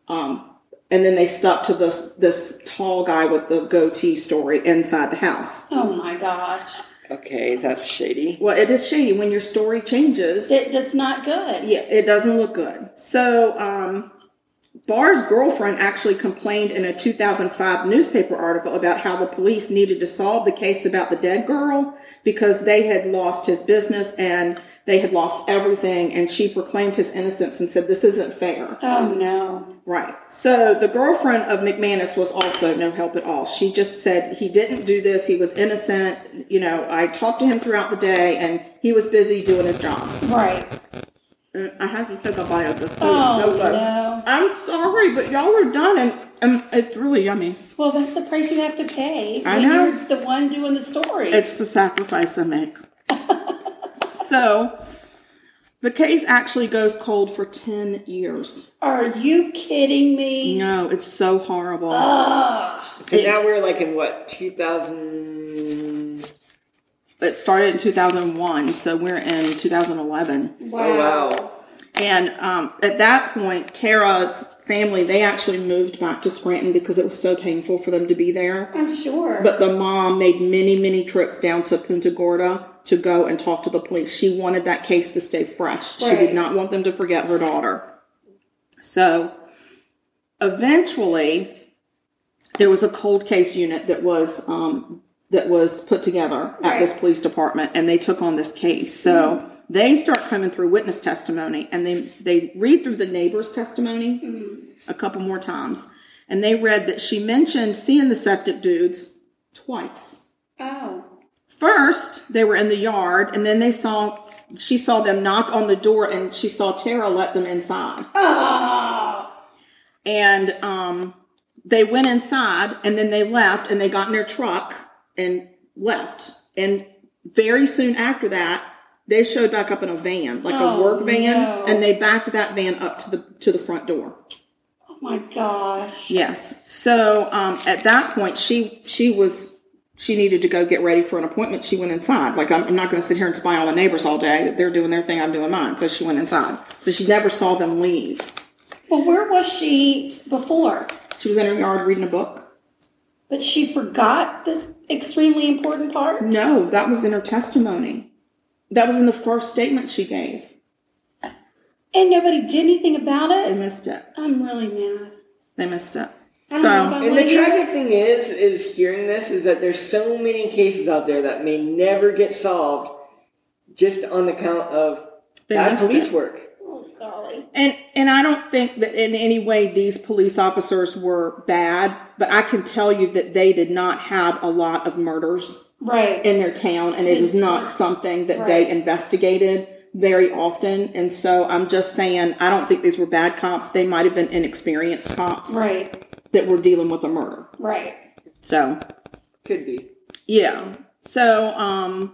Speaker 2: Um, and then they stuck to this, this tall guy with the goatee story inside the house.
Speaker 6: oh my gosh.
Speaker 4: Okay, that's shady.
Speaker 2: Well, it is shady when your story changes.
Speaker 6: That, that's not good.
Speaker 2: Yeah, it doesn't look good. So, um, Barr's girlfriend actually complained in a 2005 newspaper article about how the police needed to solve the case about the dead girl because they had lost his business and they had lost everything. And she proclaimed his innocence and said, This isn't fair.
Speaker 6: Oh no.
Speaker 2: Right. So the girlfriend of McManus was also no help at all. She just said he didn't do this. He was innocent. You know, I talked to him throughout the day and he was busy doing his jobs.
Speaker 6: Right.
Speaker 2: Uh, I have to take a bite of the food.
Speaker 6: Oh
Speaker 2: It's so good.
Speaker 6: no.
Speaker 2: I'm sorry, but y'all are done, and, and it's really yummy.
Speaker 6: Well, that's the price you have to pay.
Speaker 2: I
Speaker 6: when
Speaker 2: know.
Speaker 6: You're the one doing the story.
Speaker 2: It's the sacrifice
Speaker 6: [LAUGHS]
Speaker 2: I make. so, the case actually goes cold for 10 years.
Speaker 6: Are you kidding me?
Speaker 2: No, it's so horrible.
Speaker 6: [GASPS] Ugh.
Speaker 4: So now we're like in what, 2000?
Speaker 2: It started in 2001, so we're in 2011.
Speaker 6: Wow.
Speaker 4: Oh, wow.
Speaker 2: And um, at that point, Tara's family, they actually moved back to Scranton because it was so painful for them to be there.
Speaker 6: I'm sure.
Speaker 2: But the mom made many, many trips down to Punta Gorda to go and talk to the police. She wanted that case to stay fresh. She
Speaker 6: Right.
Speaker 2: did not want them to forget her daughter. So eventually, there was a cold case unit that was um, that was put together at
Speaker 6: Right.
Speaker 2: this police department, and they took on this case. So they start coming through witness testimony, and they they read through the neighbor's testimony a couple more times, and they read that she mentioned seeing the septic dudes twice.
Speaker 6: oh.
Speaker 2: First, they were in the yard, and then they saw she saw them knock on the door, and she saw Tara let them inside
Speaker 6: Oh.
Speaker 2: and um, they went inside and then they left and they got in their truck and left and very soon after that they showed back up in a van like
Speaker 6: Oh,
Speaker 2: a work van
Speaker 6: no.
Speaker 2: and they backed that van up to the to the front door
Speaker 6: Oh my gosh.
Speaker 2: yes so um, at that point she she was she needed to go get ready for an appointment she went inside like i'm, I'm not going to sit here and spy on the neighbors all day they're doing their thing i'm doing mine so she went inside so she never saw them leave
Speaker 6: Well, where was she before?
Speaker 2: she was in her yard reading a book
Speaker 6: But she forgot this extremely important part?
Speaker 2: No, that was in her testimony. That was in the first statement she gave.
Speaker 6: And nobody did anything about
Speaker 2: They
Speaker 6: it?
Speaker 2: missed it.
Speaker 6: I'm really mad.
Speaker 2: They missed it.
Speaker 6: I don't know if
Speaker 2: So,
Speaker 6: I'm-
Speaker 4: And the tragic thing is, is hearing this is that there's so many cases out there that may never get solved, just on the count of
Speaker 2: They
Speaker 4: bad
Speaker 2: missed it.
Speaker 4: police work.
Speaker 6: Oh, golly.
Speaker 2: and and I don't think that in any way these police officers were bad, but I can tell you that they did not have a lot of murders
Speaker 6: Right.
Speaker 2: in their town, and it is not something that
Speaker 6: Right.
Speaker 2: they investigated very often. And so, I'm just saying, I don't think these were bad cops. They might have been inexperienced cops
Speaker 6: Right.
Speaker 2: that were dealing with a murder.
Speaker 6: Right.
Speaker 2: So,
Speaker 4: Could be.
Speaker 2: Yeah. So, um,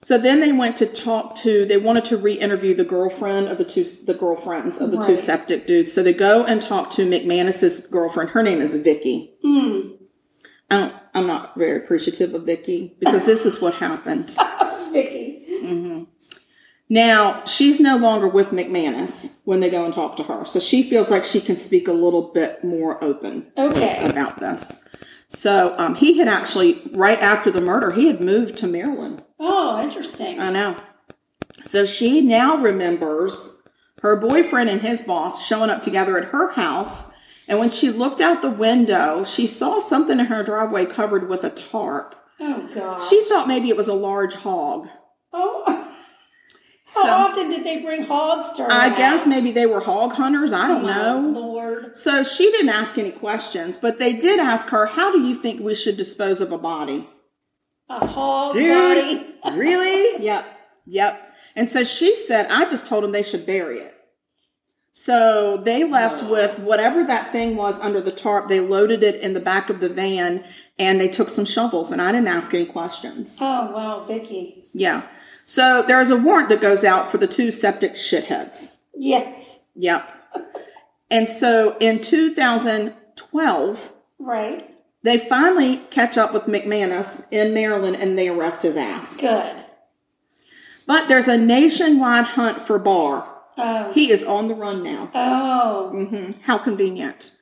Speaker 2: so then they went to talk to. They wanted to re-interview the girlfriend of the two, the girlfriends of the two
Speaker 6: Right.
Speaker 2: septic dudes. So they go and talk to McManus's girlfriend. Her name is Vicky.
Speaker 6: Hmm.
Speaker 2: I don't, I'm not very appreciative of Vicky because this is what happened.
Speaker 6: Vicky.
Speaker 2: Now she's no longer with McManus when they go and talk to her, so she feels like she can speak a little bit more open.
Speaker 6: Okay.
Speaker 2: about this. So um, he had actually, right after the murder, he had moved to Maryland.
Speaker 6: Oh, interesting.
Speaker 2: I know. So she now remembers her boyfriend and his boss showing up together at her house. And when she looked out the window, she saw something in her driveway covered with a tarp.
Speaker 6: Oh, gosh.
Speaker 2: She thought maybe it was a large hog.
Speaker 6: Oh,
Speaker 2: So
Speaker 6: how often did they bring hogs to her
Speaker 2: I
Speaker 6: house?
Speaker 2: guess maybe they were hog hunters. I don't
Speaker 6: My
Speaker 2: know.
Speaker 6: Lord.
Speaker 2: So she didn't ask any questions, but they did ask her, How do you think we should dispose of a body?
Speaker 6: a hog
Speaker 4: Dude,
Speaker 6: body.
Speaker 4: really?
Speaker 2: Yep. Yep. And so she said, I just told them they should bury it. So they left with whatever that thing was under the tarp. They loaded it in the back of the van and they took some shovels. And I didn't ask any questions.
Speaker 6: [LAUGHS] Oh wow, Vicky.
Speaker 2: Yeah. So there is a warrant that goes out for the two septic shitheads.
Speaker 6: Yes,
Speaker 2: Yep. And so in 2012,
Speaker 6: right.
Speaker 2: they finally catch up with McManus in Maryland and they arrest his ass.
Speaker 6: Good.
Speaker 2: But there's a nationwide hunt for Barr.
Speaker 6: Oh,
Speaker 2: He is on the run now.
Speaker 6: oh,
Speaker 2: hmm How convenient.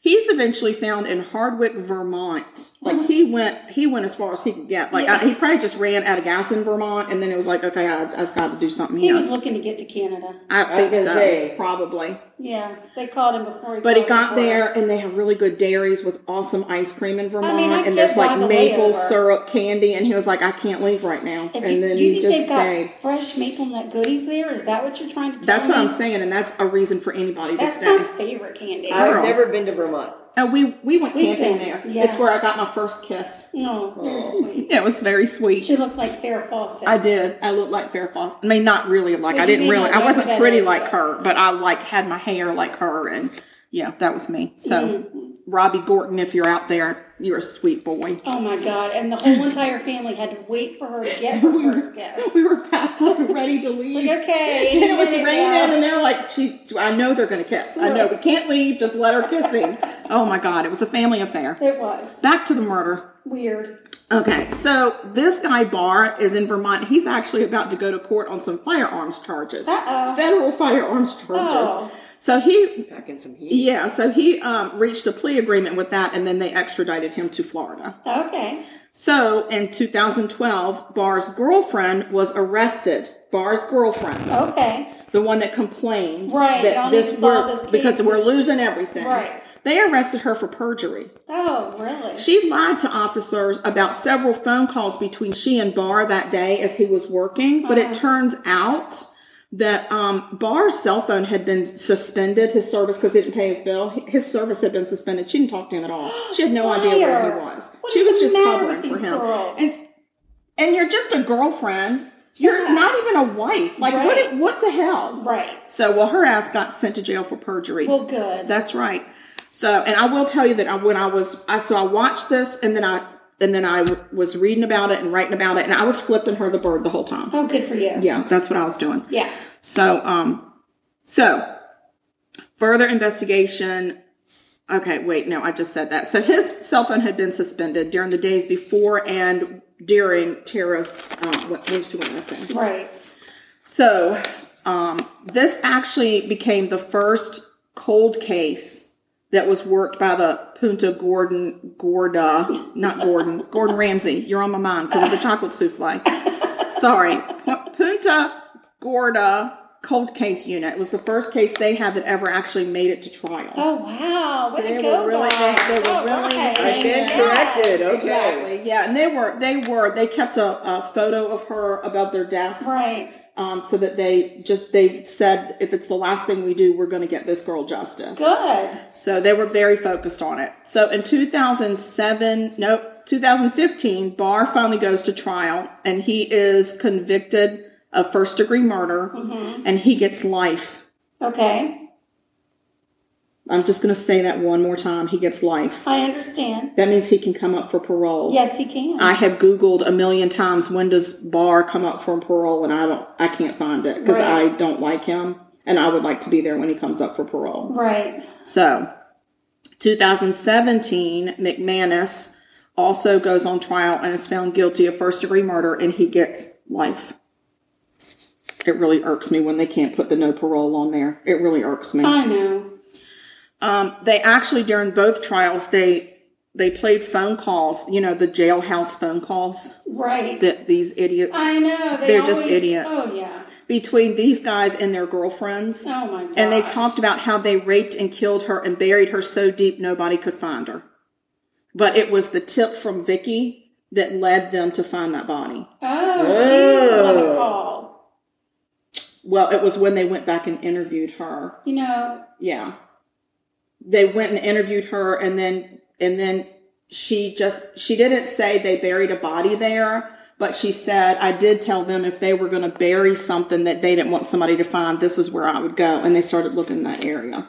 Speaker 2: He's eventually found in Hardwick, Vermont. Like he
Speaker 6: Mm-hmm.
Speaker 2: went, he went as far as he could get. Like I, he probably just ran out of gas in Vermont, and then it was like, okay, I, I just got to do something
Speaker 6: he
Speaker 2: here.
Speaker 6: was looking to get to Canada.
Speaker 2: I think
Speaker 4: gonna
Speaker 2: so,
Speaker 4: say.
Speaker 2: probably.
Speaker 6: Yeah, they called him before. He
Speaker 2: But he
Speaker 6: called
Speaker 2: got
Speaker 6: Florida.
Speaker 2: there, and they have really good dairies with awesome ice cream in Vermont,
Speaker 6: I
Speaker 2: and
Speaker 6: get
Speaker 2: there's
Speaker 6: why
Speaker 2: like
Speaker 6: the
Speaker 2: maple
Speaker 6: layover.
Speaker 2: syrup candy. And he was like, I can't leave right now.
Speaker 6: If
Speaker 2: and
Speaker 6: you,
Speaker 2: then
Speaker 6: you
Speaker 2: he
Speaker 6: think
Speaker 2: just
Speaker 6: they've got
Speaker 2: stayed.
Speaker 6: Fresh maple nut goodies there. Is that what you're trying to? Tell
Speaker 2: That's what
Speaker 6: me?
Speaker 2: I'm saying, and that's a reason for anybody to
Speaker 6: That's
Speaker 2: stay.
Speaker 6: my favorite candy.
Speaker 4: I've
Speaker 2: Girl.
Speaker 4: never been to Vermont.
Speaker 2: And we we went
Speaker 6: We've
Speaker 2: camping
Speaker 6: been,
Speaker 2: there.
Speaker 6: yeah.
Speaker 2: It's where I got my first kiss.
Speaker 6: No, Oh, very
Speaker 2: [LAUGHS]
Speaker 6: sweet.
Speaker 2: It was very
Speaker 6: She
Speaker 2: sweet.
Speaker 6: looked like Farrah Fawcett.
Speaker 2: Oh. I did. I looked like Farrah Fawcett. I mean, not really. Like
Speaker 6: Well, you
Speaker 2: I didn't
Speaker 6: may
Speaker 2: really.
Speaker 6: not
Speaker 2: I
Speaker 6: know
Speaker 2: wasn't
Speaker 6: who that
Speaker 2: pretty
Speaker 6: is,
Speaker 2: like
Speaker 6: but-
Speaker 2: her, but I like had my hair like her, and yeah, that was me. So
Speaker 6: Mm-hmm.
Speaker 2: Robbie Gorton, if you're out there, you're a sweet boy. [LAUGHS]
Speaker 6: Oh my god! And the whole entire family had to wait for her to get her
Speaker 2: [LAUGHS]
Speaker 6: first guess.
Speaker 2: We were packed up and ready to leave.
Speaker 6: Like, okay,
Speaker 2: And [LAUGHS] it was
Speaker 6: minute
Speaker 2: raining,
Speaker 6: now.
Speaker 2: and they're like, she, I know they're going to kiss. I know. We can't leave. Just let her kiss
Speaker 6: [LAUGHS]
Speaker 2: him. Oh, my God. It was a family affair.
Speaker 6: It was
Speaker 2: Back to the murder.
Speaker 6: weird.
Speaker 2: Okay, so this guy Barr is in Vermont. He's actually about to go to court on some firearms charges,
Speaker 6: Uh-oh.
Speaker 2: federal firearms charges.
Speaker 6: Oh.
Speaker 2: So he,
Speaker 4: Packing some heat.
Speaker 2: yeah, so he um, reached a plea agreement with that, and then they extradited him to Florida.
Speaker 6: Okay.
Speaker 2: So in 2012, Barr's girlfriend was arrested. Barr's girlfriend,
Speaker 6: Okay.
Speaker 2: the one that complained
Speaker 6: Right,
Speaker 2: that
Speaker 6: y'all need
Speaker 2: this
Speaker 6: to
Speaker 2: we're,
Speaker 6: solve this
Speaker 2: because
Speaker 6: case.
Speaker 2: we're losing everything.
Speaker 6: Right.
Speaker 2: They arrested her for perjury.
Speaker 6: Oh, really?
Speaker 2: She lied to officers about several phone calls between she and Barr that day as he was working, but
Speaker 6: Uh-huh.
Speaker 2: it turns out that um, Barr's cell phone had been suspended, his service, because he didn't pay his bill. His service had been suspended. She didn't talk to him at all. She had no idea where
Speaker 6: Liar.
Speaker 2: he was.
Speaker 6: What
Speaker 2: she
Speaker 6: is
Speaker 2: was
Speaker 6: the
Speaker 2: just
Speaker 6: matter
Speaker 2: covering
Speaker 6: with
Speaker 2: for
Speaker 6: these
Speaker 2: him.
Speaker 6: girls?
Speaker 2: And, and you're just a girlfriend. You're not even a wife. Like, what,
Speaker 6: Right.
Speaker 2: what the hell?
Speaker 6: right.
Speaker 2: So, well, her ass got sent to jail for perjury.
Speaker 6: Well, good.
Speaker 2: That's right. So, and I will tell you that I, when I was, I so I watched this, and then I and then I w- was reading about it and writing about it, and I was flipping her the bird the whole time.
Speaker 6: oh, good for you.
Speaker 2: Yeah, that's what I was doing.
Speaker 6: Yeah.
Speaker 2: So, um, so further investigation. Okay, wait, no, I just said that. So his cell phone had been suspended during the days before and during Tara's um, when when she went missing.
Speaker 6: Right.
Speaker 2: So, um, this actually became the first cold case that was worked by the Punta Gordon Gorda, not Gordon, Gordon Ramsay. You're on my mind because of the chocolate souffle. Sorry, P- Punta Gorda cold case unit was the first case they had that ever actually made it to trial.
Speaker 6: Oh wow. Way
Speaker 2: they
Speaker 6: to go,
Speaker 2: were really-
Speaker 6: guys.
Speaker 2: they- they were
Speaker 6: All
Speaker 2: really
Speaker 6: right.
Speaker 4: I stand
Speaker 6: Yeah.
Speaker 4: corrected. Okay.
Speaker 2: Exactly. Yeah, and they were they were they kept a, a photo of her above their desks,
Speaker 6: Right.
Speaker 2: Um, so that they just they said if it's the last thing we do, we're going to get this girl justice.
Speaker 6: Good.
Speaker 2: So they were very focused on it. So in 2007, nope, 2015, Barr finally goes to trial, and he is convicted of first degree murder, and he gets life.
Speaker 6: Okay.
Speaker 2: I'm just going to say that one more time. He gets life.
Speaker 6: I understand.
Speaker 2: That means he can come up for parole.
Speaker 6: Yes, he can.
Speaker 2: I have Googled a million times when does Barr come up for parole, and I don't, I can't find it because
Speaker 6: Right.
Speaker 2: I don't like him, and I would like to be there when he comes up for parole.
Speaker 6: right.
Speaker 2: So, 2017, McManus also goes on trial and is found guilty of first degree murder, and he gets life. It really irks me when they can't put the no parole on there. It really irks me.
Speaker 6: I know.
Speaker 2: Um, they actually during both trials they they played phone calls. You know the jailhouse phone calls
Speaker 6: Right.
Speaker 2: that these idiots
Speaker 6: I know. They
Speaker 2: They're just
Speaker 6: always-
Speaker 2: idiots.
Speaker 6: Oh yeah.
Speaker 2: between these guys and their girlfriends.
Speaker 6: Oh my god.
Speaker 2: And they talked about how they raped and killed her and buried her so deep nobody could find her. But it was the tip from Vicky that led them to find that body.
Speaker 6: Oh, she's the one that
Speaker 4: Oh.
Speaker 6: called.
Speaker 2: Well, it was when they went back and interviewed her.
Speaker 6: You know.
Speaker 2: Yeah. They went and interviewed her and then and then she just she didn't say they buried a body there but she said i did tell them if they were going to bury something that they didn't want somebody to find this is where i would go and they started looking in that area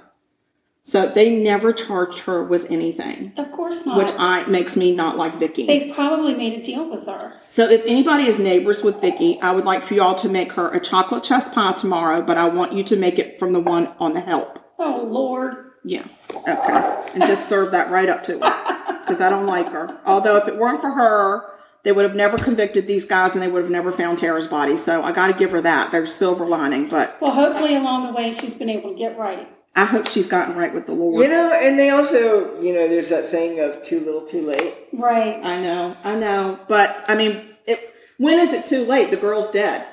Speaker 2: so they never charged her with anything
Speaker 6: Of course not.
Speaker 2: which i makes me not like vicky
Speaker 6: they probably made a deal with her.
Speaker 2: so if anybody is neighbors with vicky i would like for y'all to make her a chocolate chess pie tomorrow but i want you to make it from the one on the help
Speaker 6: Oh Lord.
Speaker 2: yeah. Okay. And just serve that right up to her because I don't like her. Although if it weren't for her, they would have never convicted these guys and they would have never found Tara's body. So I got to give her that. There's silver lining, but
Speaker 6: Well, hopefully along the way she's been able to get right.
Speaker 2: I hope she's gotten right with the Lord.
Speaker 4: You know, and they also, you know, there's that saying of too little, too late.
Speaker 6: Right.
Speaker 2: I know, I know, but I mean, it, when is it too late? The girl's dead.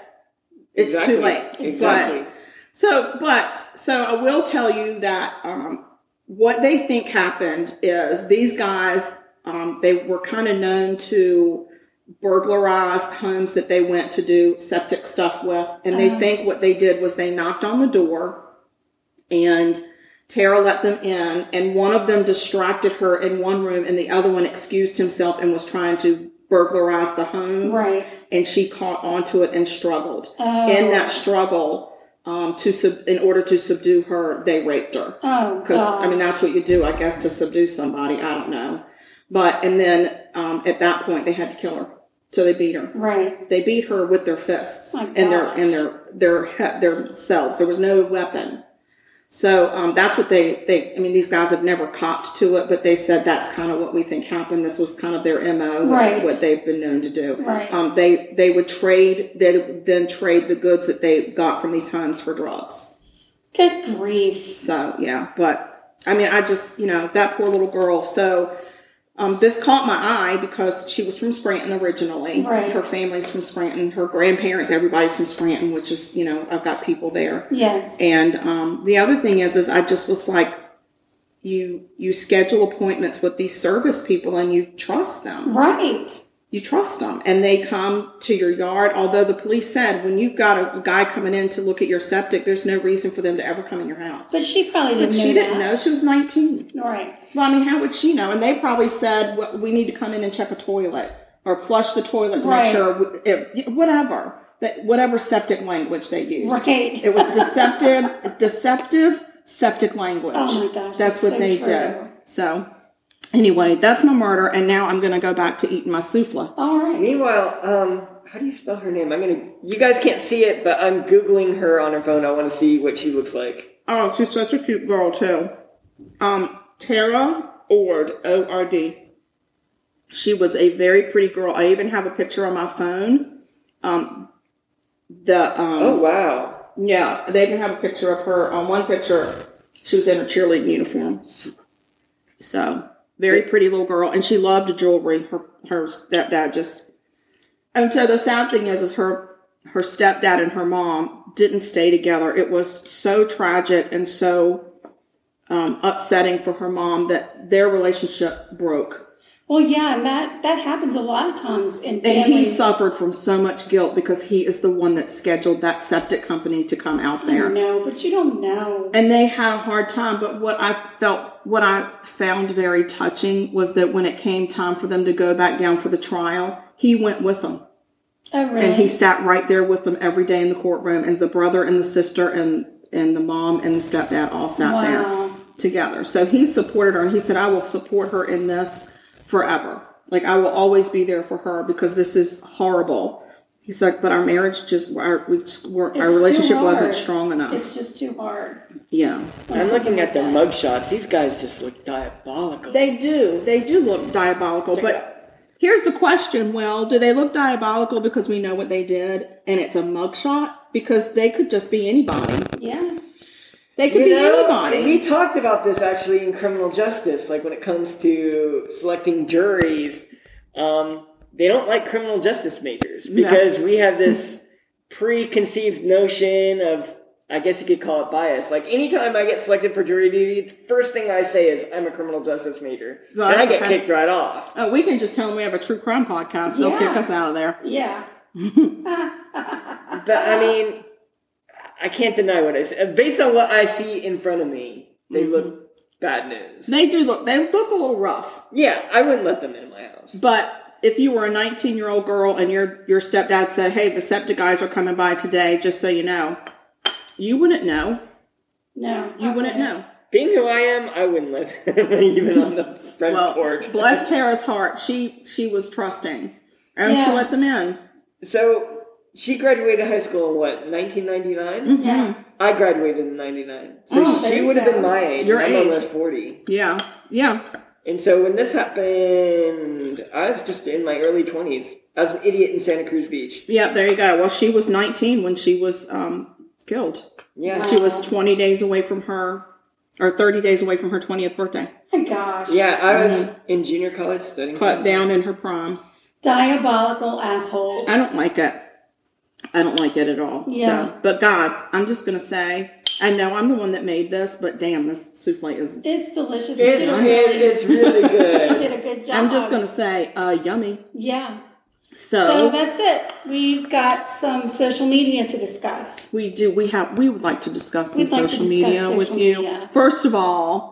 Speaker 2: It's
Speaker 4: Exactly.
Speaker 2: too late.
Speaker 4: Exactly.
Speaker 2: But- so, but so I will tell you that um, what they think happened is these guys um, they were kind of known to burglarize homes that they went to do septic stuff with, and they think what they did was they knocked on the door and. Tara let them in, and one of them distracted her in one room, and the other one excused himself and was trying to burglarize the home.
Speaker 6: Right.
Speaker 2: And she caught onto it and struggled.
Speaker 6: Oh.
Speaker 2: In that struggle, um, to sub- in order to subdue her, they raped her.
Speaker 6: Oh
Speaker 2: Because
Speaker 6: God.
Speaker 2: I mean, that's what you do, I guess, to subdue somebody. I don't know, but and then um, at that point, they had to kill her, so they beat her
Speaker 6: right.
Speaker 2: they beat her with their fists
Speaker 6: Oh My
Speaker 2: and their
Speaker 6: gosh.
Speaker 2: and their their he- their selves. There was no weapon. So um, that's what they they. I mean, these guys have never copped to it, but they said that's kind of what we think happened. This was kind of their mo, what-
Speaker 6: Right.
Speaker 2: What they've been known to do.
Speaker 6: Right.
Speaker 2: Um, they they would trade. They would then trade the goods that they got from these homes for drugs.
Speaker 6: Good grief.
Speaker 2: So yeah, but I mean, I just you know that poor little girl. So. Um, this caught my eye because she was from Scranton originally.
Speaker 6: Right.
Speaker 2: Her family's from Scranton. Her grandparents, everybody's from Scranton, which is, you know, I've got people there.
Speaker 6: Yes.
Speaker 2: And um, the other thing is, is I just was like, you you schedule appointments with these service people and you trust them.
Speaker 6: right.
Speaker 2: You trust them, and they come to your yard. Although the police said when you've got a guy coming in to look at your septic, there's no reason for them to ever come in your house.
Speaker 6: But she probably didn't
Speaker 2: But she
Speaker 6: know
Speaker 2: didn't
Speaker 6: that.
Speaker 2: know. She was 19.
Speaker 6: Right.
Speaker 2: Well, I mean, how would she know? And they probably said, "Well, "We need to come in and check a toilet or flush the toilet to
Speaker 6: Right.
Speaker 2: make sure w- if, whatever that whatever septic language they used.
Speaker 6: Right.
Speaker 2: It was deceptive, deceptive septic language.
Speaker 6: Oh my gosh,
Speaker 2: that's,
Speaker 6: that's
Speaker 2: what
Speaker 6: so
Speaker 2: they
Speaker 6: true.
Speaker 2: did. So, anyway, that's my murder, and now I'm going to go back to eating my souffle.
Speaker 6: All right.
Speaker 4: Meanwhile, um, how do you spell her name? I'm gonna. You guys can't see it, but I'm googling her on her phone. I want to see what she looks like.
Speaker 2: Oh, she's such a cute girl too. Um, Tara Ord, O R D. She was a very pretty girl. I even have a picture on my phone. Um, the um,
Speaker 4: Oh wow,
Speaker 2: yeah, they even have a picture of her. On one picture, she was in her cheerleading uniform. So very pretty little girl, and she loved jewelry. Her her stepdad just, and so the sad thing is, is her her stepdad and her mom didn't stay together. It was so tragic and so um, upsetting for her mom that their relationship broke.
Speaker 6: Well, yeah, and that that happens a lot of times in
Speaker 2: And he
Speaker 6: families.
Speaker 2: suffered from so much guilt because he is the one that scheduled that septic company to come out there.
Speaker 6: No, but you don't know.
Speaker 2: and they had a hard time but what i felt what i found very touching was that when it came time for them to go back down for the trial he went with them
Speaker 6: Oh, really?
Speaker 2: and he sat right there with them every day in the courtroom and the brother and the sister and and the mom and the stepdad all sat
Speaker 6: Wow.
Speaker 2: there together so he supported her and he said i will support her in this forever like i will always be there for her because this is horrible he's like but our marriage just our, we just weren't, our
Speaker 6: It's too
Speaker 2: relationship wasn't
Speaker 6: hard.
Speaker 2: strong enough
Speaker 6: It's just too hard.
Speaker 2: yeah
Speaker 4: I'm looking at their mugshots. These guys just look diabolical.
Speaker 2: They do. They do look diabolical.
Speaker 4: it out.
Speaker 2: but here's the question: Well, do they look diabolical because we know what they did, and it's a mugshot? Because they could just be anybody.
Speaker 6: Yeah.
Speaker 2: They could be anybody.
Speaker 4: We talked about this actually in criminal justice, like when it comes to selecting juries. Um, they don't like criminal justice majors because we have this preconceived notion of, I guess you could call it bias. Like anytime I get selected for jury duty, the first thing I say is I'm a criminal justice major,
Speaker 2: Right,
Speaker 4: and I get
Speaker 2: okay.
Speaker 4: kicked right off.
Speaker 2: oh, we can just tell them we have a true crime podcast. They'll
Speaker 6: Yeah.
Speaker 2: kick us out of there.
Speaker 6: Yeah.
Speaker 4: But I mean, I can't deny what I see. Based on what I see in front of me, they look bad news.
Speaker 2: Mm-hmm. They do look. They look a little rough.
Speaker 4: yeah, I wouldn't let them in my house.
Speaker 2: But if you were a 19 year old girl and your your stepdad said, "Hey, the septic guys are coming by today," just so you know, you wouldn't know.
Speaker 3: No.
Speaker 2: You wouldn't know.
Speaker 4: Being who I am, I wouldn't let [LAUGHS] them even on the front
Speaker 2: Well,
Speaker 4: porch.
Speaker 2: bless Tara's heart. She she was trusting, and she
Speaker 3: Yeah.
Speaker 2: let them in.
Speaker 4: So she graduated high school in what
Speaker 2: Mm.
Speaker 4: 1999.
Speaker 2: Mm-hmm.
Speaker 3: Yeah.
Speaker 4: I graduated in 99, so
Speaker 3: Oh, there
Speaker 4: she
Speaker 3: you
Speaker 4: would have
Speaker 3: go.
Speaker 4: been my age.
Speaker 2: Your
Speaker 4: and I'm
Speaker 2: age.
Speaker 4: almost 40.
Speaker 2: Yeah, yeah.
Speaker 4: And so when this happened, I was just in my early 20s. I was an idiot in Santa Cruz Beach.
Speaker 2: Yeah, there you go. Well, she was 19 when she was um, killed.
Speaker 4: Yeah.
Speaker 2: She was 20 days away from her, or 30 days away from her 20th birthday.
Speaker 3: Oh my gosh.
Speaker 4: Yeah, I was in junior college studying.
Speaker 2: Mm-hmm. Cut
Speaker 3: Mm-hmm.
Speaker 2: down in her prime.
Speaker 3: Diabolical assholes.
Speaker 2: I don't like it. I don't like it at all.
Speaker 3: Yeah.
Speaker 2: So, but guys, I'm just gonna say, I know I'm the one that made this, but damn, this souffle is.
Speaker 3: It's delicious. You
Speaker 4: It's,
Speaker 3: did a
Speaker 4: it
Speaker 3: really-
Speaker 4: is really
Speaker 3: you
Speaker 2: [LAUGHS]
Speaker 4: good.
Speaker 3: did a good job.
Speaker 2: I'm just gonna say, uh, yummy.
Speaker 3: Yeah.
Speaker 2: So,
Speaker 3: So that's it. We've got some social media to discuss.
Speaker 2: we do. We have. We would like to discuss some
Speaker 3: We'd like to
Speaker 2: social
Speaker 3: discuss
Speaker 2: media
Speaker 3: social
Speaker 2: with you.
Speaker 3: media.
Speaker 2: First of all,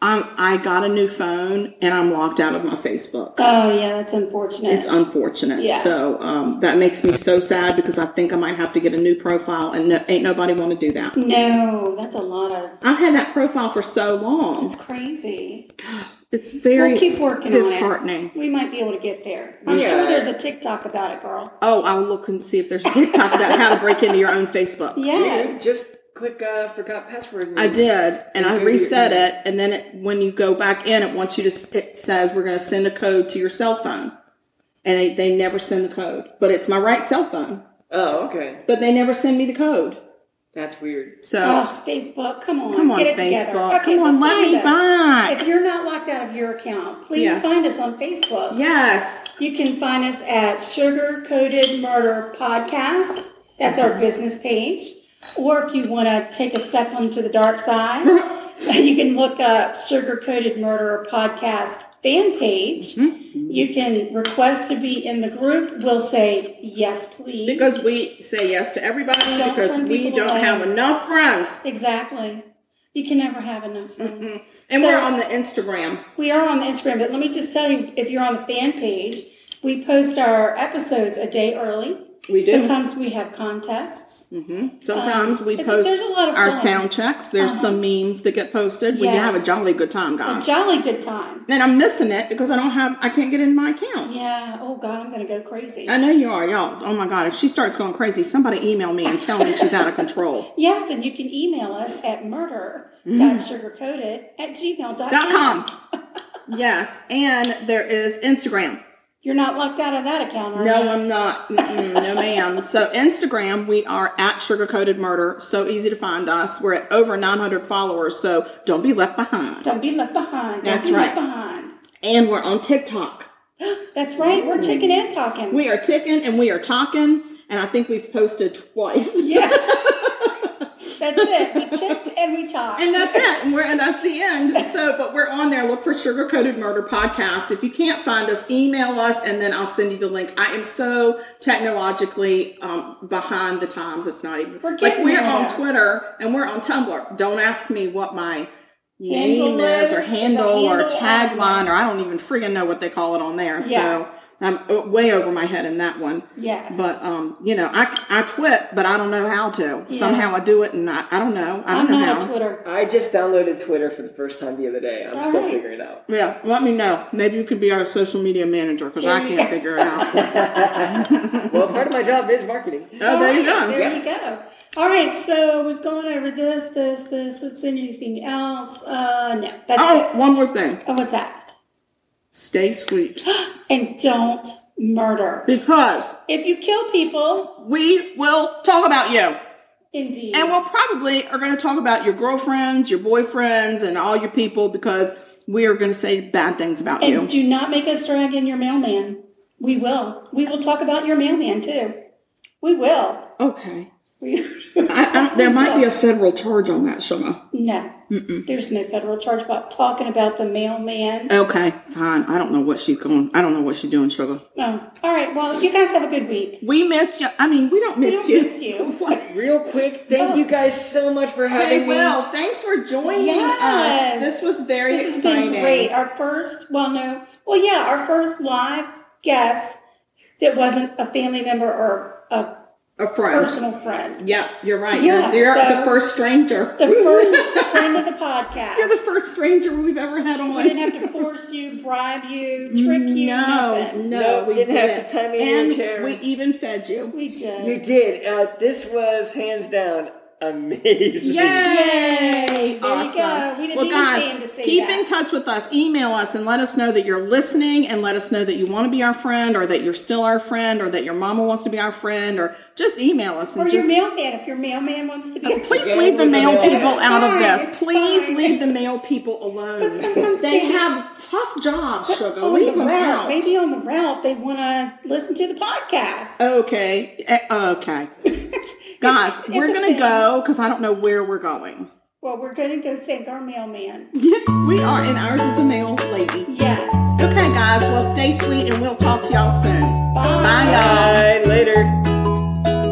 Speaker 2: I'm. I got a new phone and I'm locked out of my Facebook.
Speaker 3: Oh yeah, that's unfortunate.
Speaker 2: It's unfortunate.
Speaker 3: Yeah.
Speaker 2: So um, that makes me so sad because I think I might have to get a new profile, and no, ain't nobody want to do that.
Speaker 3: no, that's a lot of.
Speaker 2: I've had that profile for so
Speaker 3: It's
Speaker 2: long.
Speaker 3: crazy.
Speaker 2: It's very
Speaker 3: we'll keep working on
Speaker 2: disheartening.
Speaker 3: it. We might be able to get there. I'm
Speaker 4: Yeah.
Speaker 3: sure there's a TikTok about it, girl.
Speaker 2: Oh, I'll look and see if there's a TikTok about how to break into your own Facebook.
Speaker 4: You
Speaker 3: Yes.
Speaker 4: just click uh, forgot password. and-
Speaker 2: I did, and I
Speaker 4: Maybe you're-
Speaker 2: reset it, and then it, when you go back in, it wants you to. s- It says we're going to send a code to your cell phone, and they, they never send the code. But it's my right cell phone,
Speaker 4: Oh, okay.
Speaker 2: but they never send me the code.
Speaker 4: That's weird.
Speaker 2: So
Speaker 3: Oh, Facebook, come on.
Speaker 2: Come on,
Speaker 3: get it Together.
Speaker 2: Facebook.
Speaker 3: Okay,
Speaker 2: Come on,
Speaker 3: but
Speaker 2: let
Speaker 3: find
Speaker 2: me
Speaker 3: us.
Speaker 2: back.
Speaker 3: If you're not locked out of your account, please
Speaker 2: Yes.
Speaker 3: find us on Facebook.
Speaker 2: Yes.
Speaker 3: You can find us at Sugar Coated Murder Podcast. That's our business page. Or if you want to take a step onto the dark side, [LAUGHS] you can look up Sugar Coated Murder Podcast fan page.
Speaker 2: Mm-hmm.
Speaker 3: You can request to be in the group. We'll say yes, please.
Speaker 2: Because we say yes to everybody
Speaker 3: Don't
Speaker 2: because
Speaker 3: turn
Speaker 2: we
Speaker 3: people
Speaker 2: don't
Speaker 3: away.
Speaker 2: have enough friends.
Speaker 3: exactly, you can never have enough. friends.
Speaker 2: And
Speaker 3: So-
Speaker 2: we're on the Instagram.
Speaker 3: We are on Instagram, but let me just tell you, if you're on the fan page, we post our episodes a day early.
Speaker 2: We do. Mm-hmm.
Speaker 3: Sometimes we have contests.
Speaker 2: Sometimes we
Speaker 3: Um, it's-
Speaker 2: post
Speaker 3: there's a lot of
Speaker 2: our
Speaker 3: fun. Uh-huh.
Speaker 2: sound checks. There's some memes that get posted. We have a
Speaker 3: Yes.
Speaker 2: jolly good time,
Speaker 3: A
Speaker 2: guys.
Speaker 3: jolly good time.
Speaker 2: and I'm missing it because I don't have I can't get in my account.
Speaker 3: Yeah. Oh God, I'm gonna go crazy.
Speaker 2: I know you are, y'all. Oh my god, if she starts going crazy, somebody email me and tell me she's out of control.
Speaker 3: Yes, and you can email us at murder.sugarcoated at
Speaker 2: Mm-hmm. Dot
Speaker 3: gmail.com.
Speaker 2: com. Yes, and there is Instagram.
Speaker 3: You're not locked out of that account, are you?
Speaker 2: No, I'm not. Mm-mm, no, ma'am. So Instagram, we are at Sugarcoated Murder. So easy to find us. We're at over 900 followers. So don't be left behind.
Speaker 3: Don't be left behind. Don't
Speaker 2: That's
Speaker 3: be left
Speaker 2: right.
Speaker 3: behind. [GASPS]
Speaker 2: And we're on TikTok.
Speaker 3: That's right. We're ticking and talking.
Speaker 2: We are ticking and we are talking. And I think we've posted twice.
Speaker 3: [LAUGHS]
Speaker 2: [LAUGHS]
Speaker 3: yeah. that's it. We ticked and we talked.
Speaker 2: And that's it. And we're and that's the end. So, but we're on there. Look for Sugar Coated Murder Podcast. If you can't find us, email us, and then I'll send you the link. I am so technologically um, behind the times. It's not even
Speaker 3: We're
Speaker 2: like
Speaker 3: getting
Speaker 2: we're
Speaker 3: there.
Speaker 2: on Twitter and we're on Tumblr. Don't ask me what my name
Speaker 3: Handle
Speaker 2: is,
Speaker 3: is-
Speaker 2: or
Speaker 3: is a
Speaker 2: handle
Speaker 3: handle,
Speaker 2: or
Speaker 3: I don't know.
Speaker 2: tagline, or I don't even friggin' know what they call it on there.
Speaker 3: Yeah.
Speaker 2: So I'm uh, way over my head in that one.
Speaker 3: Yes.
Speaker 2: But um, you know, I I twit, but I don't know how to.
Speaker 3: Yeah.
Speaker 2: Somehow I do it, and I, I don't know. I
Speaker 3: I'm
Speaker 2: don't know
Speaker 3: not
Speaker 2: how.
Speaker 3: a Twitter.
Speaker 4: I just downloaded Twitter for the first time the other day. I'm
Speaker 3: All
Speaker 4: still
Speaker 3: right.
Speaker 4: figuring it out. [LAUGHS]
Speaker 2: Yeah, let me know. Maybe you can be our social media manager because I
Speaker 3: There you
Speaker 2: can't
Speaker 3: go.
Speaker 2: figure it
Speaker 3: [LAUGHS]
Speaker 2: out.
Speaker 4: Well, part of my job is marketing.
Speaker 2: Oh, there you
Speaker 3: All right,
Speaker 2: go.
Speaker 3: There you go. All right, so we've gone over this, this, this. Is there anything else? Uh, no. That's
Speaker 2: Oh,
Speaker 3: it.
Speaker 2: one more thing.
Speaker 3: Oh, what's that?
Speaker 2: Stay sweet
Speaker 3: And don't murder.
Speaker 2: because
Speaker 3: If you kill people,
Speaker 2: we will talk about you.
Speaker 3: indeed.
Speaker 2: And we'll probably are going to talk about your girlfriends, your boyfriends, and all your people because we are going to say bad things about
Speaker 3: And
Speaker 2: you.
Speaker 3: do not make us drag in your mailman. We [LAUGHS] will. We will talk about your mailman too. We will.
Speaker 2: Okay. I, I don't, there might be a federal charge on that, Shima.
Speaker 3: No, there's no federal charge. But talking about the mailman.
Speaker 2: Okay, fine. I don't know what she's going. I don't know what she's doing, sugar.
Speaker 3: Oh, all right. Well, you guys have a good week.
Speaker 2: We miss you. I mean, we don't
Speaker 3: We
Speaker 2: miss
Speaker 3: don't
Speaker 2: you.
Speaker 3: miss
Speaker 2: [LAUGHS]
Speaker 3: you.
Speaker 4: Real quick, thank you guys so much for having
Speaker 2: Okay,
Speaker 4: me.
Speaker 2: well, thanks for joining
Speaker 3: Yes.
Speaker 2: us. This was very
Speaker 3: this has
Speaker 2: exciting.
Speaker 3: been great. Our first, well, no, well, yeah, our first live guest that wasn't a family member or a
Speaker 2: A friend.
Speaker 3: personal friend.
Speaker 2: Yeah, you're right.
Speaker 3: Yeah,
Speaker 2: you're you're
Speaker 3: so-
Speaker 2: the first stranger.
Speaker 3: The first friend of the podcast.
Speaker 2: you're the first stranger we've ever had on.
Speaker 3: we didn't have to force you, bribe you, trick you,
Speaker 2: no,
Speaker 3: nothing.
Speaker 2: No,
Speaker 4: Nope,
Speaker 2: we
Speaker 4: didn't have
Speaker 2: didn't.
Speaker 4: to tie me in
Speaker 2: and
Speaker 4: your chair.
Speaker 2: we even fed you.
Speaker 3: We did.
Speaker 4: you did. Uh, this was hands down amazing.
Speaker 2: Yay!
Speaker 3: Yay! There you
Speaker 2: Awesome.
Speaker 3: go. We didn't
Speaker 2: well,
Speaker 3: need
Speaker 2: guys,
Speaker 3: Sam to say
Speaker 2: keep
Speaker 3: that.
Speaker 2: in touch with us. Email us and let us know that you're listening, and let us know that you want to be our friend, or that you're still our friend, or that your mama wants to be our friend, or just email us and
Speaker 3: or your
Speaker 2: just
Speaker 3: mailman, if your mailman wants to be.
Speaker 2: Please
Speaker 4: Yeah,
Speaker 2: leave the
Speaker 4: leave the
Speaker 2: male
Speaker 4: male
Speaker 2: people
Speaker 4: people.
Speaker 2: out of
Speaker 3: It's
Speaker 2: this.
Speaker 3: fine, it's
Speaker 2: Please
Speaker 3: fine.
Speaker 2: leave the male people alone.
Speaker 3: But sometimes
Speaker 2: they
Speaker 3: they-
Speaker 2: have tough jobs, sugar.
Speaker 3: on
Speaker 2: Leave
Speaker 3: the
Speaker 2: them
Speaker 3: route,
Speaker 2: out.
Speaker 3: maybe on the route they want to listen to the podcast.
Speaker 2: Okay, Eh, [LAUGHS] okay. Guys,
Speaker 3: it's
Speaker 2: we're
Speaker 3: a
Speaker 2: gonna
Speaker 3: thing.
Speaker 2: go because I don't know where we're going.
Speaker 3: Well, we're going to go thank our mailman.
Speaker 2: we are, and ours is a male lady.
Speaker 3: Yes.
Speaker 2: Okay, guys. Well, stay sweet, and we'll talk to y'all soon.
Speaker 3: Bye.
Speaker 2: Bye, y'all.
Speaker 4: Bye. Later.